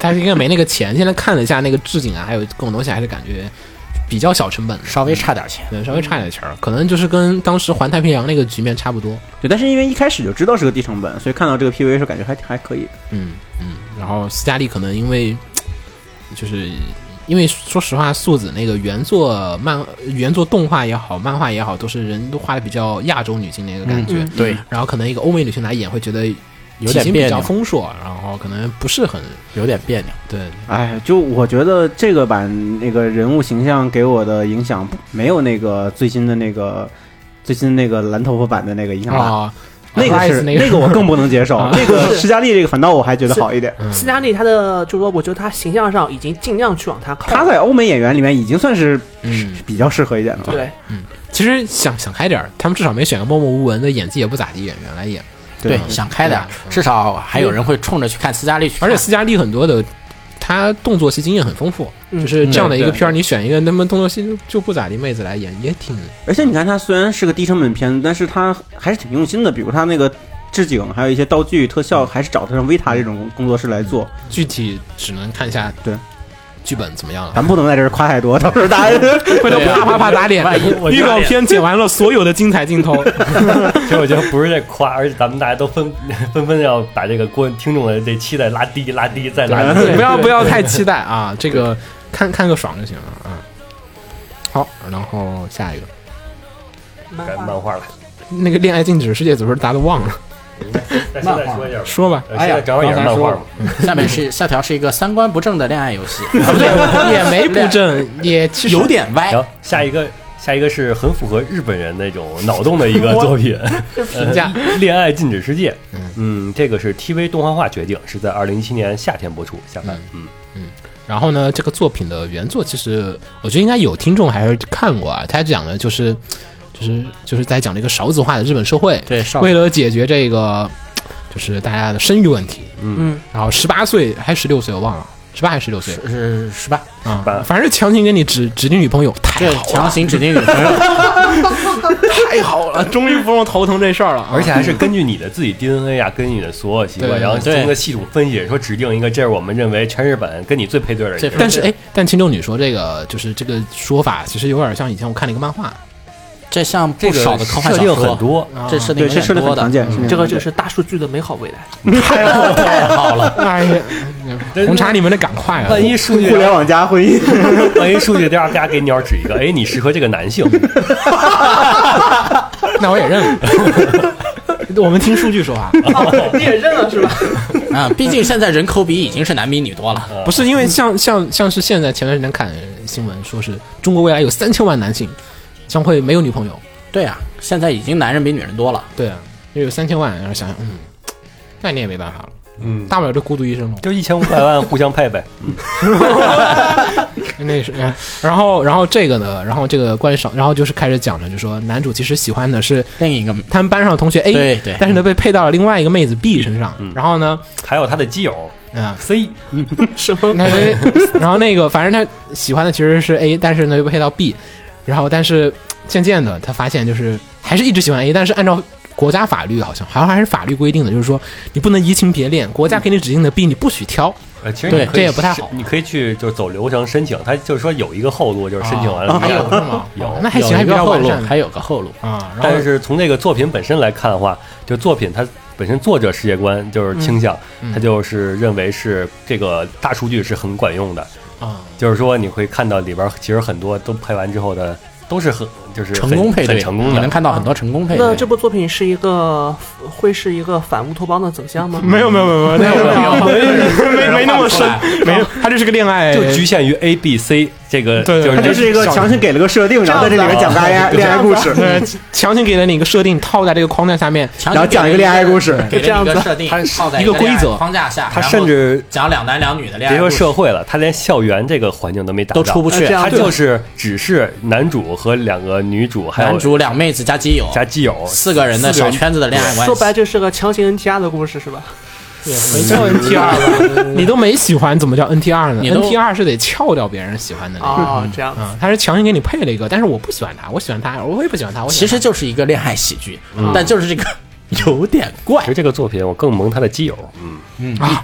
但是应该没那个钱。现在看了一下那个置景啊，还有各种东西，还是感觉比较小成本的，稍微差点钱。对稍微差点钱儿，可能就是跟当时环太平洋那个局面差不多。对，但是因为一开始就知道是个低成本，所以看到这个 PV 的时候感觉还还可以。嗯，嗯，然后斯嘉丽可能因为，就是因为说实话，素子那个原作漫、原作动画也好，漫画也好，都是人都画的比较亚洲女性那个感觉。嗯对，然后可能一个欧美女性来演，会觉得有体点型别比较扭，丰硕，然后可能不是很有点别扭。对，哎，就我觉得这个版那个人物形象给我的影响不没有那个最新的那个最新那个蓝头发版的那个影响大。啊，那个是 Rise 那那个我 更不能接受，啊那个施嘉丽这个反倒我还觉得 好一点。嗯斯嘉丽她的就是说，我觉得她形象上已经尽量去往她靠。她在欧美演员里面已经算是嗯，比较适合一点的了。对，其实想想开点儿，他们至少没选个默默无闻的演技也不咋地演员来演，对，想开点儿，至少还有人会冲着去看斯嘉丽去 看。而且斯嘉丽很多的。她动作戏经验很丰富，嗯就是这样的一个对对片儿，你选一个那么动作戏就就不咋地妹子来演，也挺而且你看，它虽然是个低成本片，但是它还是挺用心的。比如它那个置景，还有一些道具特效，还是找它像维塔这种工作室来做。具体，只能看一下对啊剧本怎么样了。咱不能在这儿夸太多，到时候大家回头啪啪啪打脸，万一预告片剪完了所有的精彩镜头，其实我觉得不是在夸，而且咱们大家都纷纷纷要把这个观听众的这期待拉低、拉低、再拉低。不要不要太期待啊，这个看看个爽就行了啊。好，然后下一个改漫画了，那个《恋爱禁止世界》怎么答都忘了，那现在说一下吧。说吧，呃现在正好也是漫画嘛， 下面是下条是一个三观不正的恋爱游戏，也没不正，也其实有点歪然。后下一个，下一个是很符合日本人那种脑洞的一个作 品，评价《恋爱禁止世界》。嗯，这个是 TV 动画化决定，是在二零一七年夏天播出，下番。嗯，然后呢，这个作品的原作其实我觉得应该有听众还是看过啊。他讲的就是，就是就是在讲这个少子化的日本社会，对，少为了解决这个就是大家的生育问题，嗯，然后十八岁还是十六岁我忘了，十八还是十六岁是是吧？啊18，反正强行给你指指定女朋友，太这好强了，行指定女朋友，太哎好 了，终于不用头疼这事儿了啊。而且还是根据你的自己 DNA 啊，根据你的所有习惯，对然后对经过系统分析，说指定一个，这是我们认为全日本跟你最配对的最人配。但是哎，但青州女说这个就是这个说法，其实有点像以前我看了一个漫画，这像这不个少的科幻设小定说很，多，这设定对，有这设点定多很常的。见。这个就是大数据的美好未来。 太好了， 哎呀，红茶你们的赶快啊！万一数据 互联网加婚姻，万一数据调家给鸟指一个，哎，你适合这个男性， 那我也认了。 我们听数据说话，你也认了是吧？嗯，毕竟现在人口比已经是男比女多了。 不是因为像像像是现在前段时间看新闻说是中国未来有三千万男性将会没有女朋友，对啊，现在已经男人比女人多了。对啊，因为有三千万，然后想想，嗯，那你也没办法了，嗯，大不了就孤独一生嘛。就一千五百万互相配呗。 那是，呃然后然后这个呢，然后这个关于少，然后就是开始讲了，就说男主其实喜欢的是另一个，他们班上的同学 A，对对但是呢被配到了另外一个妹子 B 身上，然后呢，还有他的基友嗯、 C，那那然后那个，反正他喜欢的其实是 A，但是呢又配到 B，然后但是渐渐的他发现就是还是一直喜欢 A，但是按照国家法律好像好像还是法律规定的，就是说你不能移情别恋，国家给你指定的 B 你不许挑，呃，其实你对可以这也不太好你可以去就走流程申请，他就是说有一个后路，就是申请完了啊还你有俩是吗？有哦那还有行，还一比个较后完路，善还有个后路。啊。然后但是从这个作品本身来看的话，就作品它本身作者世界观就是倾向，嗯嗯他就是认为是这个大数据是很管用的，啊，就是说你会看到里边儿其实很多都配完之后的都是很就是成很功配很对，成功你能的。看到嗯很多成功配 那对。这部作品是一个会是一个反乌托邦的走向吗？没有没有没有没有没有没没那么深，没有，他就是个恋爱，就局限于 A、B、C 这个，对就是它就是一个强行给了个设定，然后在这里面讲大家恋爱故事，对强行给了你一个设定，套在这个框架下面，强行然后讲一个恋爱故事。给了你一个设定，它套在一个恋爱规则框架下，他然后甚至讲两男两女的恋别爱说故事社会了，他连校园这个环境都没打都出不去啊这，样他就是只是男主和两个女主，还男有主两妹子加基友，加基友四个人的四个小人圈子的恋爱关说白系。就是个强行 NTR 的故事是吧？没叫 NTR 吧？ 你都没喜欢，怎么叫 NTR 呢你都？NTR 是得撬掉别人喜欢的那个。哦，这样子。嗯，他是强行给你配了一个，但是我不喜欢他，我喜欢他，我也不喜欢他。我喜其欢他实就是一个恋爱喜剧，但就是这个 有点怪其实。这个作品我更萌他的基友，嗯， 啊，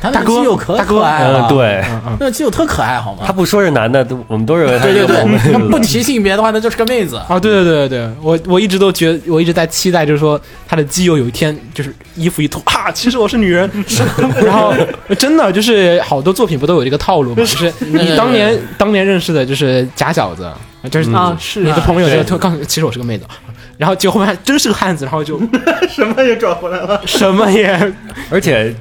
他那大个哥基友可大哥可爱呃了，，对那个基友特可爱，好他吗？不说是男的，都我们都认为他对是啊一对个萌对，他 不的。提性别的话，那就是个妹子。啊，对对对对对，我我一直都觉我一直在期待，就是说他的基友有一天就是衣服一脱啊，其实我是女 人，然后真的就是好多作品不都有这个套 路嘛，就是你当年当年认识的就是假小子，就是啊，是你的嗯啊，朋友对就特告诉你，其实我是个妹子，然后结果发现真是个汉子，然后就。什么也转回来了什么 也 而且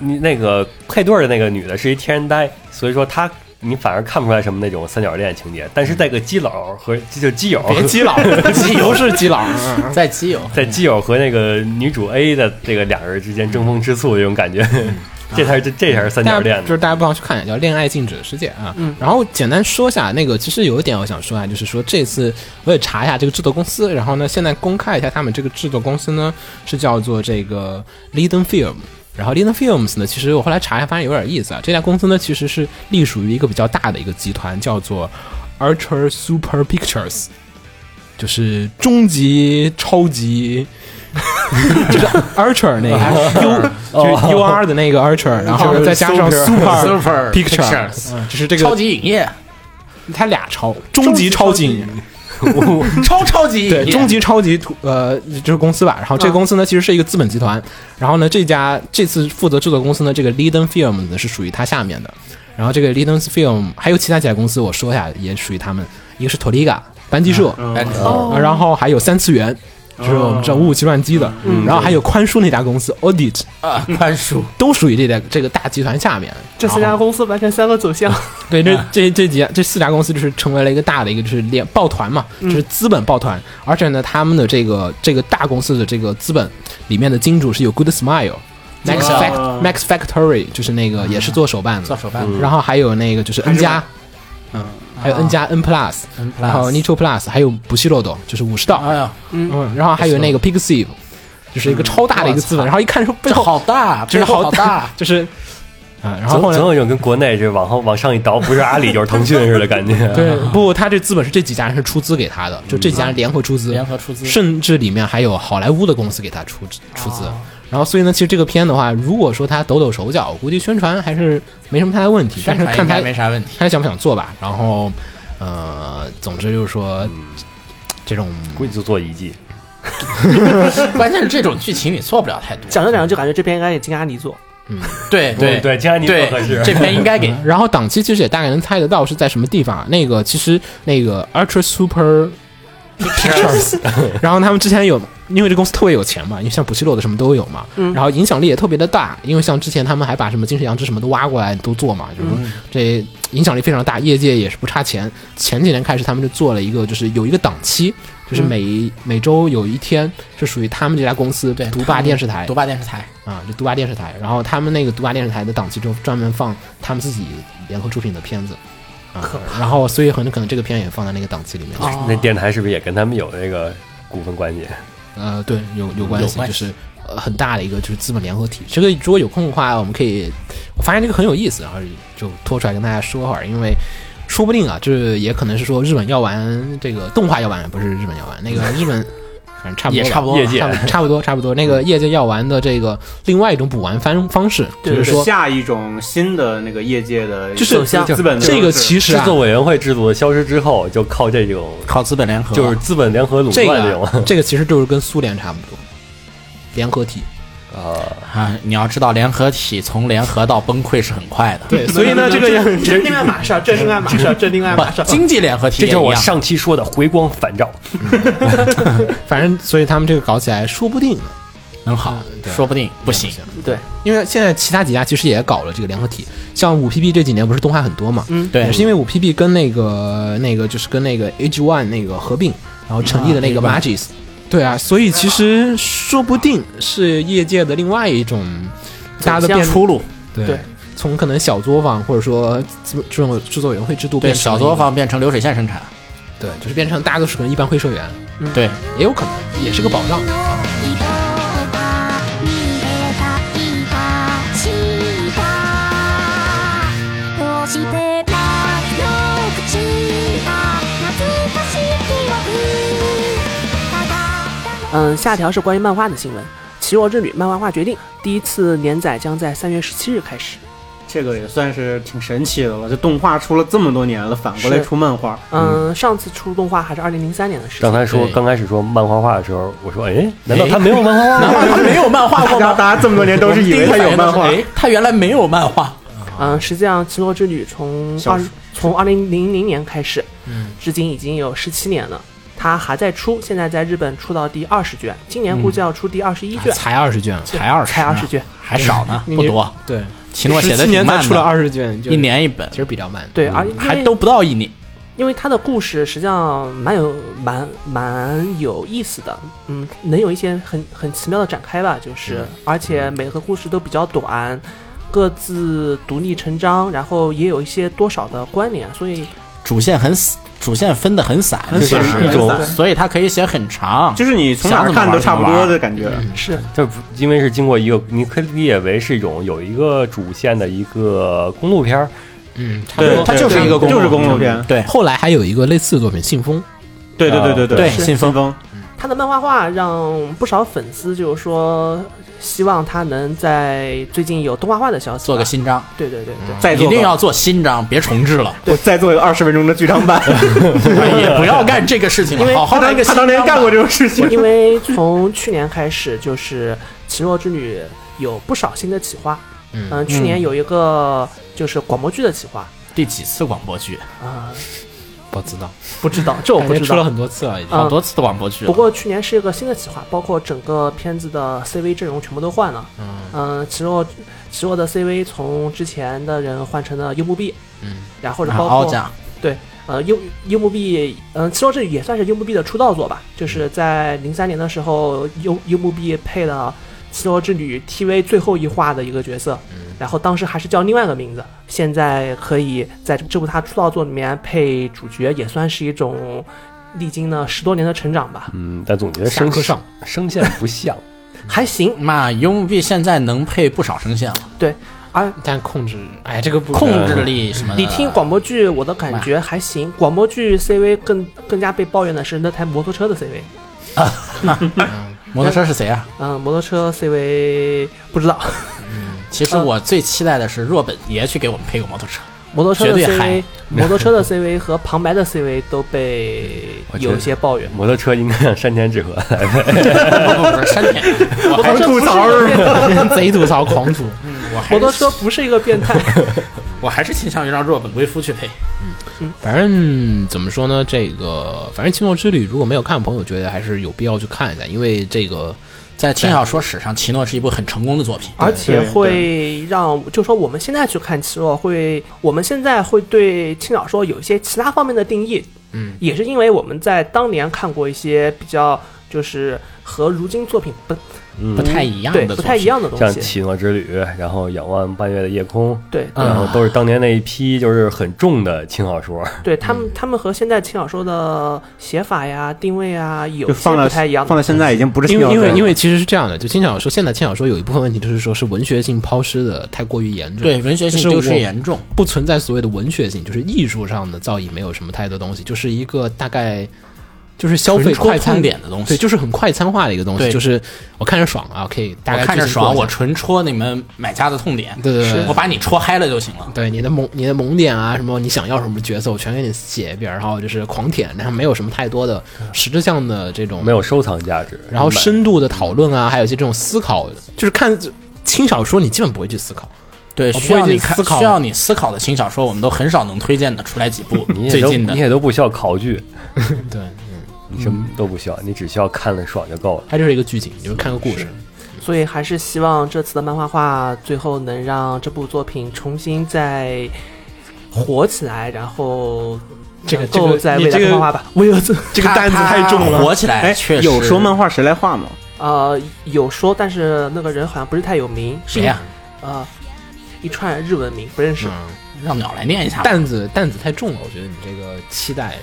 你那个配对儿的那个女的是一天然呆，所以说她你反而看不出来什么那种三角恋情节。但是在个基佬和就基友， 别基佬，基友是基佬，嗯在基友，在基友和那个女主 A 的这个两人之间争风吃醋的这种感觉，嗯这才是这这才是三角大恋家呢就是大家不妨去看一下，叫《恋爱禁止的世界》啊。然后简单说一下那个，其实有一点我想说啊，就是说这次我也查一下这个制作公司，然后呢，现在公开一下他们这个制作公司呢是叫做这个 Liden Film。然后 Liden Films 呢，其实我后来查一下，发现有点意思啊。这家公司呢，其实是隶属于一个比较大的一个集团，叫做 Archer Super Pictures，就是终极超级， 就是 Archer 那个 U 就是 U R 的那个 Archer，然后再加上哦 Super Super Pictures，嗯就是这超个，级影业，它俩超，终极超级影业，超超级影对，业，终极超级图，呃，就是公司吧。然后这个公司呢，其实是一个资本集团。然后呢，这家这次负责制作公司呢，这个 Liden Film 呢是属于它下面的。然后这个 Liden Film 还有其他几家公司，我说一下，也属于他们，一个是 Toliga 班级社，哦哎啊然后还有三次元。就是我们这五五七乱机的，然后还有宽叔那家公司 Audit 啊，宽恕，都属于这家这个大集团下面。这四家公司完全三个走向，对，这啊这这几家这四家公司就是成为了一个大的一个就是连抱团嘛，嗯就是资本抱团，而且呢，他们的这个这个大公司的这个资本里面的金主是有 Good Smile、Max 哦 Fact、Max Factory，就是那个也是做手办啊做的，手办嗯然后还有那个就是 N 加，嗯，还有 N 加 N Plus， ，N 然后啊 Plus Nitro Plus，还有不系漏斗，就是武士道，哎呀，嗯，然后还有那个 Pixiv，就是一个超大的一个资本，嗯我操然后一看说背这后好大，啊就是背后好好大，就是啊，然后总后来总有一种跟国内这往后往上一倒，不是阿里就是腾讯似的感觉。 对，不，他这资本是这几家人是出资给他的，就这几家人联合出资，嗯联合出资，甚至里面还有好莱坞的公司给他出出哦资。然后，所以呢，其实这个片的话，如果说他抖抖手脚，我估计宣传还是没什么太大问题。但是宣看传应该他没啥问题，他想不想做吧。然后，呃，总之就是说，嗯这种估计就做一季，关键是这种剧情你做不了太多，讲着讲着就感觉这边应该也金阿尼做，对对对，既然你对不合适，，这边应该给然后档期其实也大概能猜得到是在什么地方啊。那个其实那个 Ultra Super Pictures，然后他们之前有，因为这公司特别有钱嘛，因为像补习洛的什么都有嘛，嗯然后影响力也特别的大，因为像之前他们还把什么金石羊脂什么都挖过来都做嘛，就是说嗯这影响力非常大，业界也是不差钱。前几年开始他们就做了一个，就是有一个档期。就是嗯每、每周有一天是属于他们这家公司对独霸他们电视台 独霸电视台，啊，就独霸电视台，然后他们那个独霸电视台的档期就专门放他们自己联合出品的片子，啊，然后所以很可能这个片也放在那个档期里哦面， 那电台是不是也跟他们有那个股份关系？呃，对，有有关有系，关就系是呃很大的一个就是资本联合体。这个如果有空的话，我们可以，我发现这个很有意思，然后就拖出来跟大家说会儿，因为。说不定啊，这也可能是说日本要玩这个动画要玩，不是日本要玩 那个日本，反正差不多吧也差不多业界差不差不多差不多。那个业界要玩的这个另外一种补完方方式，比就如是说下一种新的那个业界的，就是资本这个其实制啊，作委员会制度的消失之后，就靠这种靠资本联合就是资本联合垄这断这个种啊这个其实就是跟苏联差不多，联合体。啊，啊，你要知道联合体从联合到崩溃是很快的， 嗯对，所以嗯呢，这个也这是另外一码事儿，这是另外一码事儿，这是另外一码事不， 儿。经济联合体 这也就是一我样。上期说的回光返照。反正所以他们这个搞起来说不定能好，对说不定不嗯行。对，因为现在其他几家其实也搞了这个联合体，像五 PB 这几年不是动画很多嘛，嗯对也是因为五 PB 跟那个那个就是跟那个 H One 那个合并，然后成立的那啊个 Magis，对啊，所以其实说不定是业界的另外一种大家都走向变出路，对对。从可能小作坊或者说这种制作委员会制度对变成小了作一个坊变成流水线生产，对，就是变成大家都是可能一般会社员，对，也有可能，也是个保障。どうしてだよく散った懐かしい記憶ただだ嗯，下条是关于漫画的新闻，《奇若之旅》漫画化决定，第一次连载将在三月十七日开始。这个也算是挺神奇的了。这动画出了这么多年了，反过来是出漫画，嗯，上次出动画还是二零零三年的事刚情。才说对刚开始说漫画化的时候，我说哎，难道他没有漫 画化？他没有漫画过然后吗？大家这么多年都是以为它有漫画我们第一反应都是，哎，他原来没有漫画，嗯，实际上《奇若之旅》从小二从二零零零年开始嗯，至今已经有十七年了。它还在出，现在在日本出到第二十卷，今年估计要出第二十一嗯卷，才二十卷，才啊二十，才二十，卷。还少呢，你不多。对，秦洛写17的挺年才慢出了的，二十卷，就一年一本其，实比较慢。对，而还因为都不到一年。因为它的故事实际上蛮有蛮蛮有意思的，嗯，能有一些很很奇妙的展开吧，就是，而且每个故事都比较短，各自独立成章，然后也有一些多少的关联，所以主线很死，主线分的很散，就是散一种散所以它可以写很长。就是你从哪儿看都差不多的感觉。是这不因为是经过一个，你可以理解为是一种有一个主线的一个公路片儿，嗯，差不对多。，它就是对一个公路就是公路片。对后来还有一个类似的作品《信封》，对对对对对，信信封封他的漫画画让不少粉丝就是说，希望他能在最近有动画化的消息吧，做个新章，对对对对，再一做个定要做新章，别重置了，我再做一个二十分钟的剧场版，也不要干这个事情因为了。好好他的一个当新他当年章干吧过这种事情，因为从去年开始，就是《奇诺之旅》有不少新的企划。嗯嗯，去年有一个就是广播剧的企划第几次广播剧，啊、不知道，不 知道，这我感不觉知出了道。很多次了，已经。嗯好多次的广播剧了不。过去年是一个新的企划，包括整个片子的 CV 阵容全部都换了。嗯，呃、奇诺奇诺的 CV 从之前的人换成了柚木碧，嗯，然后或者然后包凹括、奖，呃，柚柚木碧，嗯、其实这也算是柚木碧的出道作吧，就是在零三年的时候，柚柚木碧配了《七罗之旅》TV 最后一话的一个角色，然后当时还是叫另外一个名字，现在可以在这部他出道作里面配主角，也算是一种历经了十多年的成长吧，嗯，但总觉得下声课上声线不像， 还行。那 U B 现在能配不少声线了，但控制，哎，这个不控制力什么的。你听广播剧，我的感觉还行。广播剧 CV 更更加被抱怨的是那台摩托车的 CV，摩托车是谁啊？嗯、摩托车 CV 不知道，其实我最期待的是若本爷去给我们配个摩托 车。摩托车的绝对嗨 CV，摩托车的 CV 和旁白的 CV 都被我觉得有一些抱怨。摩托车应该让山田智 和来配，不是山田，我还摩托车不是一个变态，贼吐槽狂 吐，我还摩托车不是一个变态。我还是倾向于让若本归夫去配。反正怎么说呢，这个反正《青龙之旅》如果没有看的朋友，觉得还是有必要去看一下，因为这个在轻小说史上，奇诺是一部很成功的作品。而且对会让，就说我们现在去看奇洛，会我们现在会对轻小说有一些其他方面的定义，嗯，也是因为我们在当年看过一些比较就是和如今作品不不太一样对的，不太一。样的东像《嗯西，奇诺之旅》，然后《仰望半月的夜空对》，然后都是当年那一批就是很重的轻小说，对，他们他们和现在轻小说的写法呀、定位啊有就些放到不太一样，放到现在已经不是因新为小因说为了因为其实是这样的，就轻小说现在轻小说有一部分问题就是说是文学性抛尸的太过于严重，对文学性丢失严重，不存在所谓的文学性，就是艺术上的造诣没有什么太多东西，就是一个大概就是消费纯快戳痛餐点的东对，西。就是很快餐化的一个东西，对就是我看着爽啊，可以大我概看着自己爽，过我一下纯戳你们买家的痛点，对对对，我把你戳嗨了就行了。对你的萌你的萌点啊，什么你想要什么角色，我全给你写一遍，然后就是狂舔，然后没有什么太多的嗯实质上的这种没，有收藏价值。然后买深度的讨论啊，还有一些这种思考，就是看轻小说你基本不会去思考，对，不会需要你去看思考需要你思考的轻小说，我们都很少能推荐的出来几部你也最都近的嗯你。也都不需要考 据，对，你什么都不需要，你只需要看了爽就够了。它就是一个剧情，就是看个故事，所以还是希望这次的漫画化最后能让这部作品重新再火起来，然后这个能够这个在你未来这的个漫 画吧。我有 次这个担子它太重它了。火起来哎确，实有说漫画谁来画吗？呃有说，但是那个人好像不是太有名，是谁呀？一？呃，一串日文名不认识。嗯，让鸟来念一下吧。担子担子太重了，我觉得你这个期待。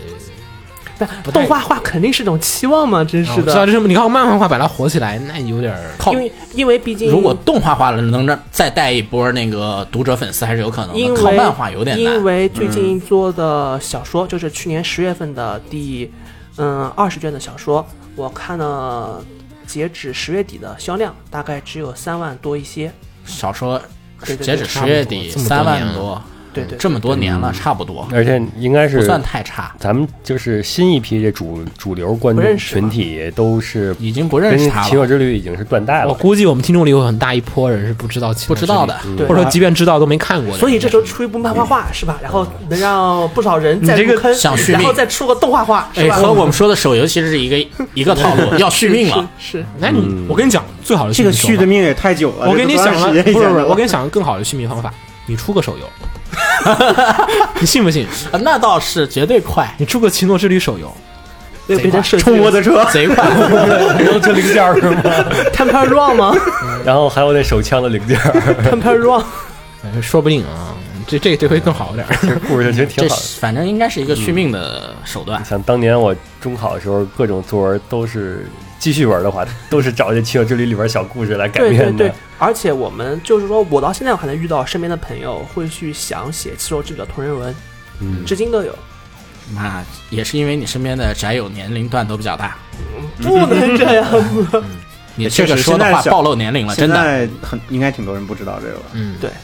但不太动画化肯定是种期望嘛，啊真是我知道的。这是你靠漫画化把它火起来，那有点儿靠因为因为毕竟如果动画化了，能让再带一波那个读者粉丝还是有可能因的。靠为漫画有点因难。嗯为最近做的小说，就是去年十月份的第嗯二十卷的小说，我看了截止十月底的销量，大概只有三万多一些。小说对对对截止十月底差不多这么多三年了万多，对对，这么多年嗯了，差不多而且应该不是算太差，咱们就是新一批这主主流观不众认识群体都是已经不认跟识《嗯他奇了，哦妙之旅》已经是断代我了。估计我们听众里有很大一波人是不知道秦不知道的，嗯对或者说即便知道都没看过的。所以这时候出一部漫画画是吧？然后能让不少人再你这入个坑想，嗯续然后命再出个动画画是哎，吧？和我们说的手游其实是一 个一个套路，要续命了。是那你嗯我跟你讲，最好的这个续续命的命也太久方了。法，我给你 想了，了，不是不是，我给你想个更好的续命方法，你出个手游， 你信不信？啊那倒是绝对快，你出个《奇诺之旅》手游，被别人设计冲我的车，贼 快。都这零件是吗？ temper run 吗然后还有那手枪的零件儿， ？temper run 哎说不定啊，这这这回更好点儿。这故事就挺这好的。是反正应该是一个续命的手段。像当年我中考的时候，各种作文都是记叙文的话，都是找这《奇妙之旅》里边小故事来改对编对的。对，而且我们就是说，我到现在我还能遇到身边的朋友会去想写《七兽之旅》的同人文，嗯，至今都有。嗯那也是因为你身边的宅友年龄段都比较大，不能这样子，你这个确实说的现话在小暴露年龄了，现真的。在很应该挺多人不知道这个吧？嗯，对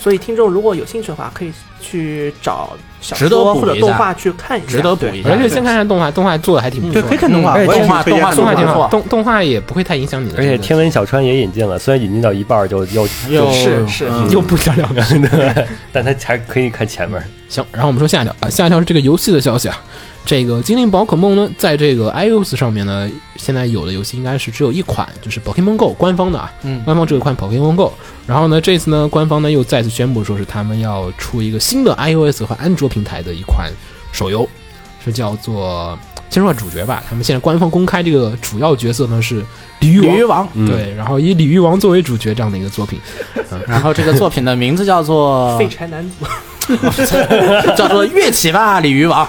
所以听众如果有兴趣的话，可以去找小值得说补或者一动下画去看一下，值得补对一下而。且先看看动画，动画做的还挺不错对，的，可以哎看动画，嗯我也动画挺推荐看动动画画挺不错好，动动画也不会太影响你的而这个。且天文小川也引进了，虽然引进到一半儿就又又是是，嗯又不了了之。 但他还可以看前面。行，然后我们说下一条啊，下一条是这个游戏的消息啊。这个精灵宝可梦呢，在这个 iOS 上面呢，现在有的游戏应该是只有一款，就是 Pokemon Go 官方的啊，嗯官方只有一款 Pokemon Go。然后呢，这次呢，官方呢又再次宣布说是他们要出一个新的 iOS 和安卓平台的一款手游，是叫做先说主角吧，他们现在官方公开这个主要角色呢是鲤鱼鲤王，鱼王，嗯，对，然后以鲤鱼王作为主角这样的一个作品，然后这个作品的名字叫 做废柴男子， 叫做跃起吧，鲤鱼王。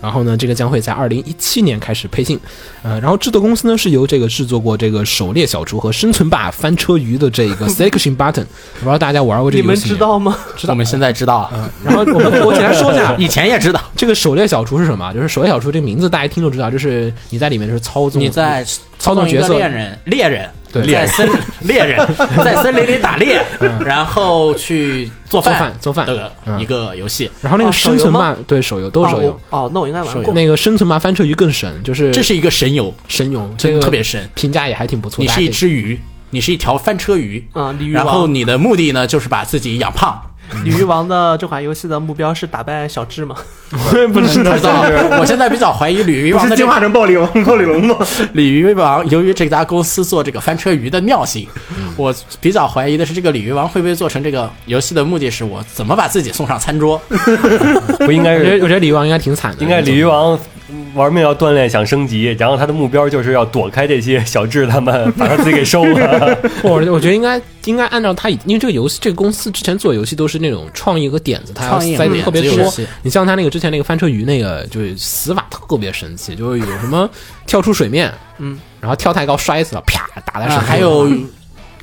然后呢，这个将会在二零一七年开始配信，呃，然后制作公司呢是由这个制作过这个《狩猎小厨》和《生存吧翻车鱼》的这 个 Selection Button，我不知道大家玩过这你个游们戏知没有？道吗？知道我们现在知道了，，然后我们嗯我简 单说一下以前也知道。这个《狩猎小厨》是什么？就是《狩猎小厨》这个名字大家一听就知道，就是你在里面就是操纵你在嗯操纵一角个色猎人，猎人对在森猎人在森林里打猎，然后去做做饭做饭，的嗯一个游戏。然后那个哦手游生存吗吧，对手游都是手游哦，哦，那我应该玩过。那个生存吧翻车鱼更神，就是这是一个神游，神勇，这真个的特别神。评价也还挺不错。你大家是一可以只鱼，你是一条翻车鱼，啊，鲤鱼然后王，你的目的呢就是把自己养胖。鲤鱼王的这款游戏的目标是打败小智嘛？不 知 道，我现在比较怀疑鲤鱼不王 是的这进化个成暴力龙、暴力龙吗？鲤鱼王，由于这家公司做这个翻车鱼的尿性，我比较怀疑的是这个鲤鱼王会不会做成这个游戏的目的是我怎么把自己送上餐桌？ 不应该我觉是得我觉得鲤鱼王应该挺惨的，应该鲤鱼王玩命要锻炼，想升级，然后他的目标就是要躲开这些小智他 们，把他自己给收 了。我我觉得应该应该按照他以，因为这个游戏这个公司之前做游戏都是那种创意和点子，他要创意嗯塞和得特别点子游多戏。你像他那个之前那个翻车鱼那个，就是死法特别神奇，就是有什么跳出水面，嗯，然后跳太高摔死了，啪打在水啊，上，还有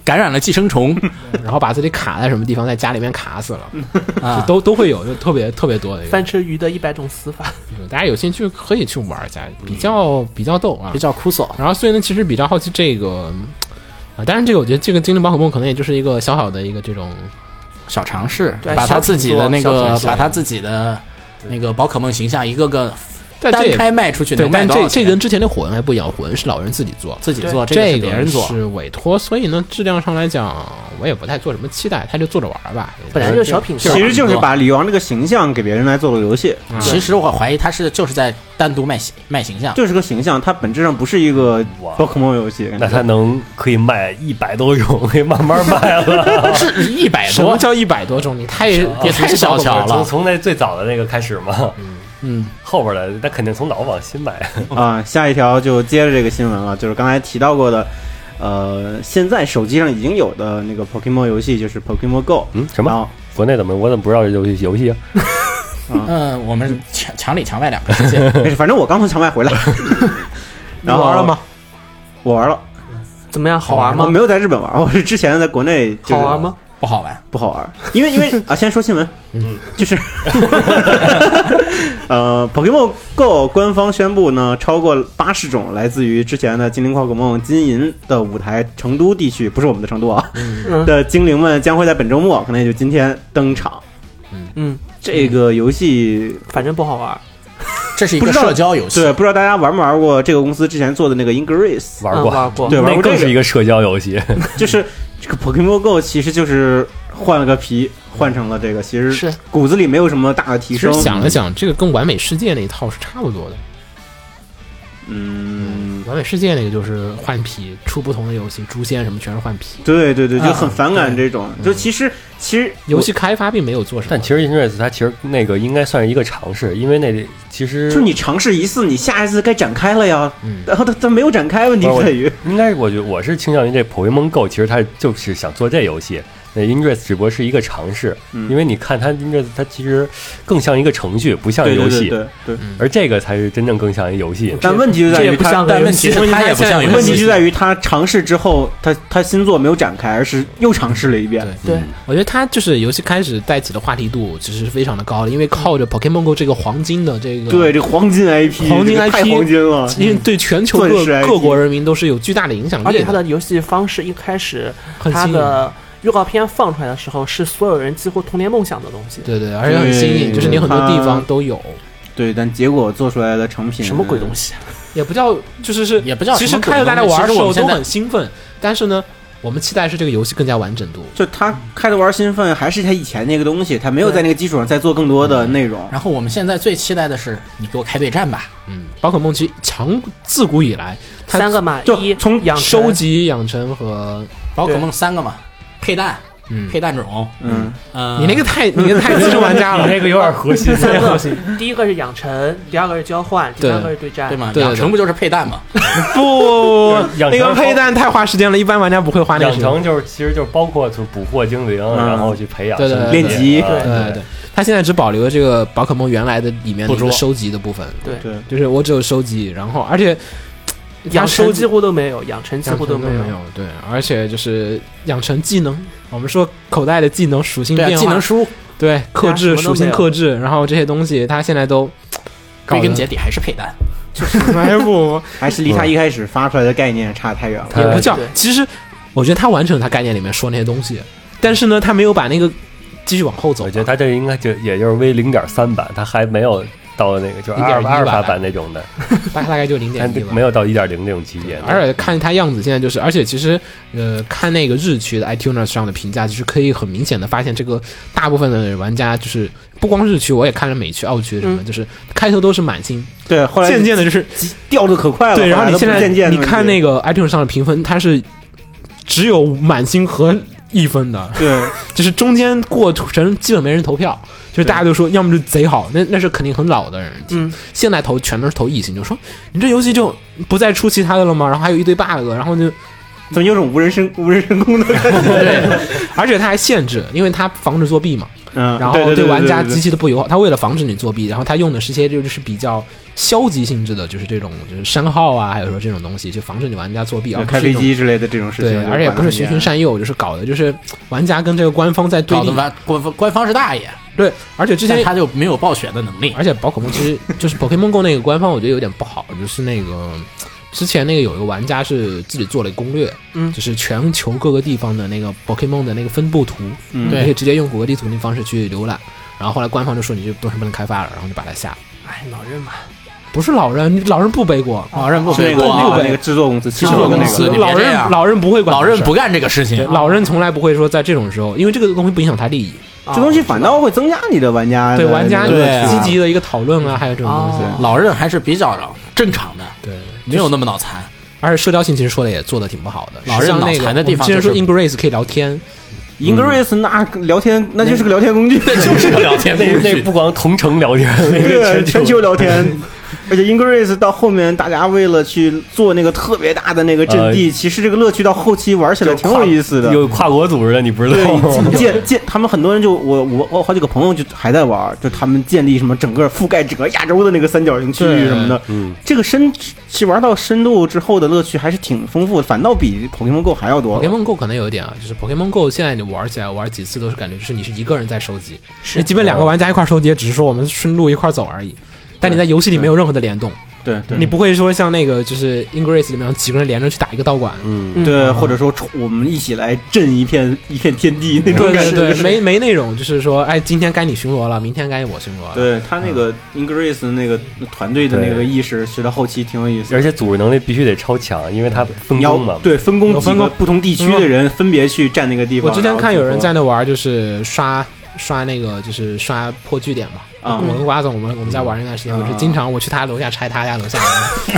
感染了寄生虫然后把自己卡在什么地方，在家里面卡死了， 啊就，都都会有，就特别特别多的一个翻。车鱼的一百种死法，大家有兴趣可以去玩一下，比较比较逗啊比。较枯燥。然后所以呢，其实比较好奇这个。啊，当然，这个我觉得这个精灵宝可梦可能也就是一个小小的一个这种小尝试，对把他自己的那小个尝，试把他自己的那个宝可梦形象一个个但这单也开卖出去，对能，卖但多少这钱这跟之前那火纹还不一样，火纹是老人自己做，自己做，个这是别人做，是委托，所以呢，质量上来讲，我也不太做什么期待，他就做着玩儿吧。本来就是小品其牌，实就是把鲤鱼王这个形象给别人来做了游戏，嗯其实我怀疑他是就是在单独卖形卖形象，就是个形象，它本质上不是一个哇宝可梦游戏。那他能可以卖一百多种，可以慢慢卖 了。是一百什么多，叫一百多种？你太也也太小瞧从了。从那最早的那个开始嘛，嗯，后边的那肯定从老往新买。啊，下一条就接着这个新闻了，就是刚才提到过的，呃，现在手机上已经有的那个 Pokemon 游戏就是 Pokemon Go，嗯，什然么？后国内怎么我怎么不知道这游戏游戏啊？嗯，我们墙墙里墙外两个 世界，没事，反正我刚从墙外回来，然后玩了吗？我玩了，怎么样？好玩我吗？没有在日本玩，我是之前在国内就是好玩吗？不好玩。不好玩，因为因为啊，先说新闻，嗯，就是，呃，Pokemon Go 官方宣布呢，超过八十种来自于之前的精灵宝可梦金银的舞台成都地区，不是我们的成都啊，嗯的精灵们将会在本周末，可能也就今天登场。嗯，这个游戏反正不好玩。这是一不个知道社交游戏，嗯对，不知道大家玩没玩过这个公司之前做的那个 Ingress，玩嗯过，玩过，对，玩那过这更个是一个社交游戏。就是这个 Pokemon Go 其实就是换了个皮，换成了这个，其实是骨子里没有什么大的提其升实。想了想，这个跟完美世界那一套是差不多的。嗯，完美世界那个就是换皮，出不同的游戏，诛仙什么全是换皮。对对对，啊就很反感这种。对就其实其实游戏开发并没有做什么，但其实 Ingress 它其实那个应该算是一个尝试，因为那其实就你尝试一次，你下一次该展开了呀。嗯然后它它没有展开，问题不是我在于应该我觉得我是倾向于这 Pokemon Go，其实它就是想做这游戏。那 Ingress 只不过是一个尝试，嗯因为你看它 Ingress 它其实更像一个程序，不像对游对戏。嗯对对对。而这个才是真正更像一游戏。但问题就在这于也不它像个但游问戏题。是它也不像游问题戏就。在于他尝试之后，他他新作没有展开，而是又尝试了一遍。对对嗯我觉得它就是游戏开始带起的话题度其实是非常的高的，因为靠着 Pokemon Go 这个黄金的这个对，这黄金 IP，黄金这个太 IP 黄金了。嗯因为对全球钻各石 IP 各国人民都是有巨大的影响而力且它的，的游戏方式一开始，很它新颖。的预告片放出来的时候，是所有人几乎童年梦想的东西。对对，而且很新颖，对就是你很多它地方都有，对，但结果做出来的成品什么鬼东？西？啊也不叫就是是也不叫其什实么鬼看着大家玩的其时实候我们都现在很兴奋，但是呢，我们期待是这个游戏更加完整度。就他开着玩兴奋，还是他以前那个东西，他没有在那个基础上再做更多的内容。然后我们现在最期待的是，你给我开对战吧，嗯，宝可梦其实长自古以来，它三个嘛，就一从养成收集养成和宝可梦三个嘛，配蛋、嗯，配蛋种，嗯，嗯，你那个 太你那个太资深玩 家了，这个有 点核心 三个，第一个是养成，第二个是交换，第对三个是对战。对吗？对对对养成不就是配蛋吗？不，养那个成配蛋太花时间了，一般玩家不会花那个养时间。成就是其实就是包括就是捕获精灵，嗯然后去培养对对身体练级啊对对对，他现在只保留了这个宝可梦原来的里面捕的一个捉收集的部分，对，就是我只有收集，然后而且养成几几乎都没有，养成几乎都没有。嗯有，对，而且就是养成技能，我们说口袋的技能属性对变啊，化，技能书对克制对啊什么属都性没有克制，然后这些东西他现在都归根 结底还是配蛋，底，哎不还是离他一开始发出来的概念差太远了。 也不叫哎对，其实我觉得他完成了他概念里面说那些东西，但是呢，他没有把那个继续往后走嘛，我觉得它这应该就也就是 V 零点三版，它还没有到那个就是阿尔0.1阿尔法版版那种的，大大概就零它点一吧没。有到一点零这种级别的。而且看他样子，现在就是，而且其实，呃，看那个日区的 iTunes 上的评价，其实可以很明显的发现，这个大部分的玩家就是不光日区，我也看了美区、澳区什么，就是开头都是满星，对，嗯后来渐渐的就是掉的可快了。对，然后后来你都现不在渐渐你看那个个 iTunes 上的评分，它是只有满星和一分的，对，就是中间过程基本没人投票，就是大家就说要么就贼好，那那是肯定很老的人，嗯，现在投全都是投异性，就说你这游戏就不再出其他的了吗？然后还有一堆 bug，然后就怎么有种无人深无人深攻的感觉？而且它还限制，因为它防止作弊嘛， 嗯，然对后对玩家对对极其的不友好。它为了防止你作弊，然后它用的是一些就是比较消极性质的，就是这种就是删号啊，还有说这种东西，就防止你玩家作弊，而对不开是一飞种机之类的这种事情，对，就而且也不管是得很循严循善诱，就是搞的就是玩家跟这个官方在对搞得立。完官方官方是大爷，对，而且之前但他就没有暴雪的能力。而且宝可梦其实就是 Pokemon Go 那个官方，我觉得有点不好，就是那个之前那个有一个玩家是自己做了一个攻略，嗯就是全球各个地方的那个 Pokemon 的那个分布图，嗯你可以直接用谷歌地图那方式去浏览。然后后来官方就说你这东西不能开发了，然后就把它下了。哎，老人嘛，不是老人，你老人不背锅，老任不是那个过那啊个那个制作公司，制制作那公司个你别老这人样老人不会管老哦这任事儿，不干这个事情对，老人从来不会说在这种时候，因为这个东西不影响他利益，啊这东西反倒会增加你的玩家哎对啊的玩家这个乐趣积极的一个讨论啊，还有这种东西，哦老任还是比较正常的，对。没有那么脑残。而且社交性其实说的也做的挺不好的，老人像那脑个残的地方我们之前说就是 Ingrace 可以聊天， Ingress 那聊天那就是个聊天工 具，就是个聊天那 那不光同城聊天，那对个全球聊天。而且 Ingress 到后面，大家为了去做那个特别大的那个阵地，其实这个乐趣到后期玩起来挺呃有意思的。有跨国组织的，你不知道对，吗？你建建他们很多人就我我我好几个朋友就还在玩，就他们建立什么整个覆盖整个亚洲的那个三角形区域什么的。嗯，这个深去玩到深度之后的乐趣还是挺丰富的，反倒比 Pokemon Go 还要多。 Pokemon Go 可能有一点啊，就是 Pokemon Go 现在你玩起来玩几次都是感觉就是你是一个人在收集，是你基本两个玩家一块儿收集，只是说我们顺路一块儿走而已。但你在游戏里没有任何的联动，对对你不会说像那个就是《Ingrace》里面几个人连着去打一个道馆，嗯，对，或者说冲我们一起来震一片一片天地那种对感对对，觉。没没那种就是说，哎，今天该你巡逻了，明天该我巡逻了。 对他那个 Ingrace 那个团队的那个意识，学到后期挺有意思的。而且组织能力必须得超强，因为他分你要工嘛。对分工几分个工不同地区的人分别去占那个地我方。之前看有人在然那玩儿，就是刷刷那个，就是刷破据点嘛。后我组合跟瓜总，我们我们家玩那段时间，我是经常我去他楼下拆他家楼下， 啊，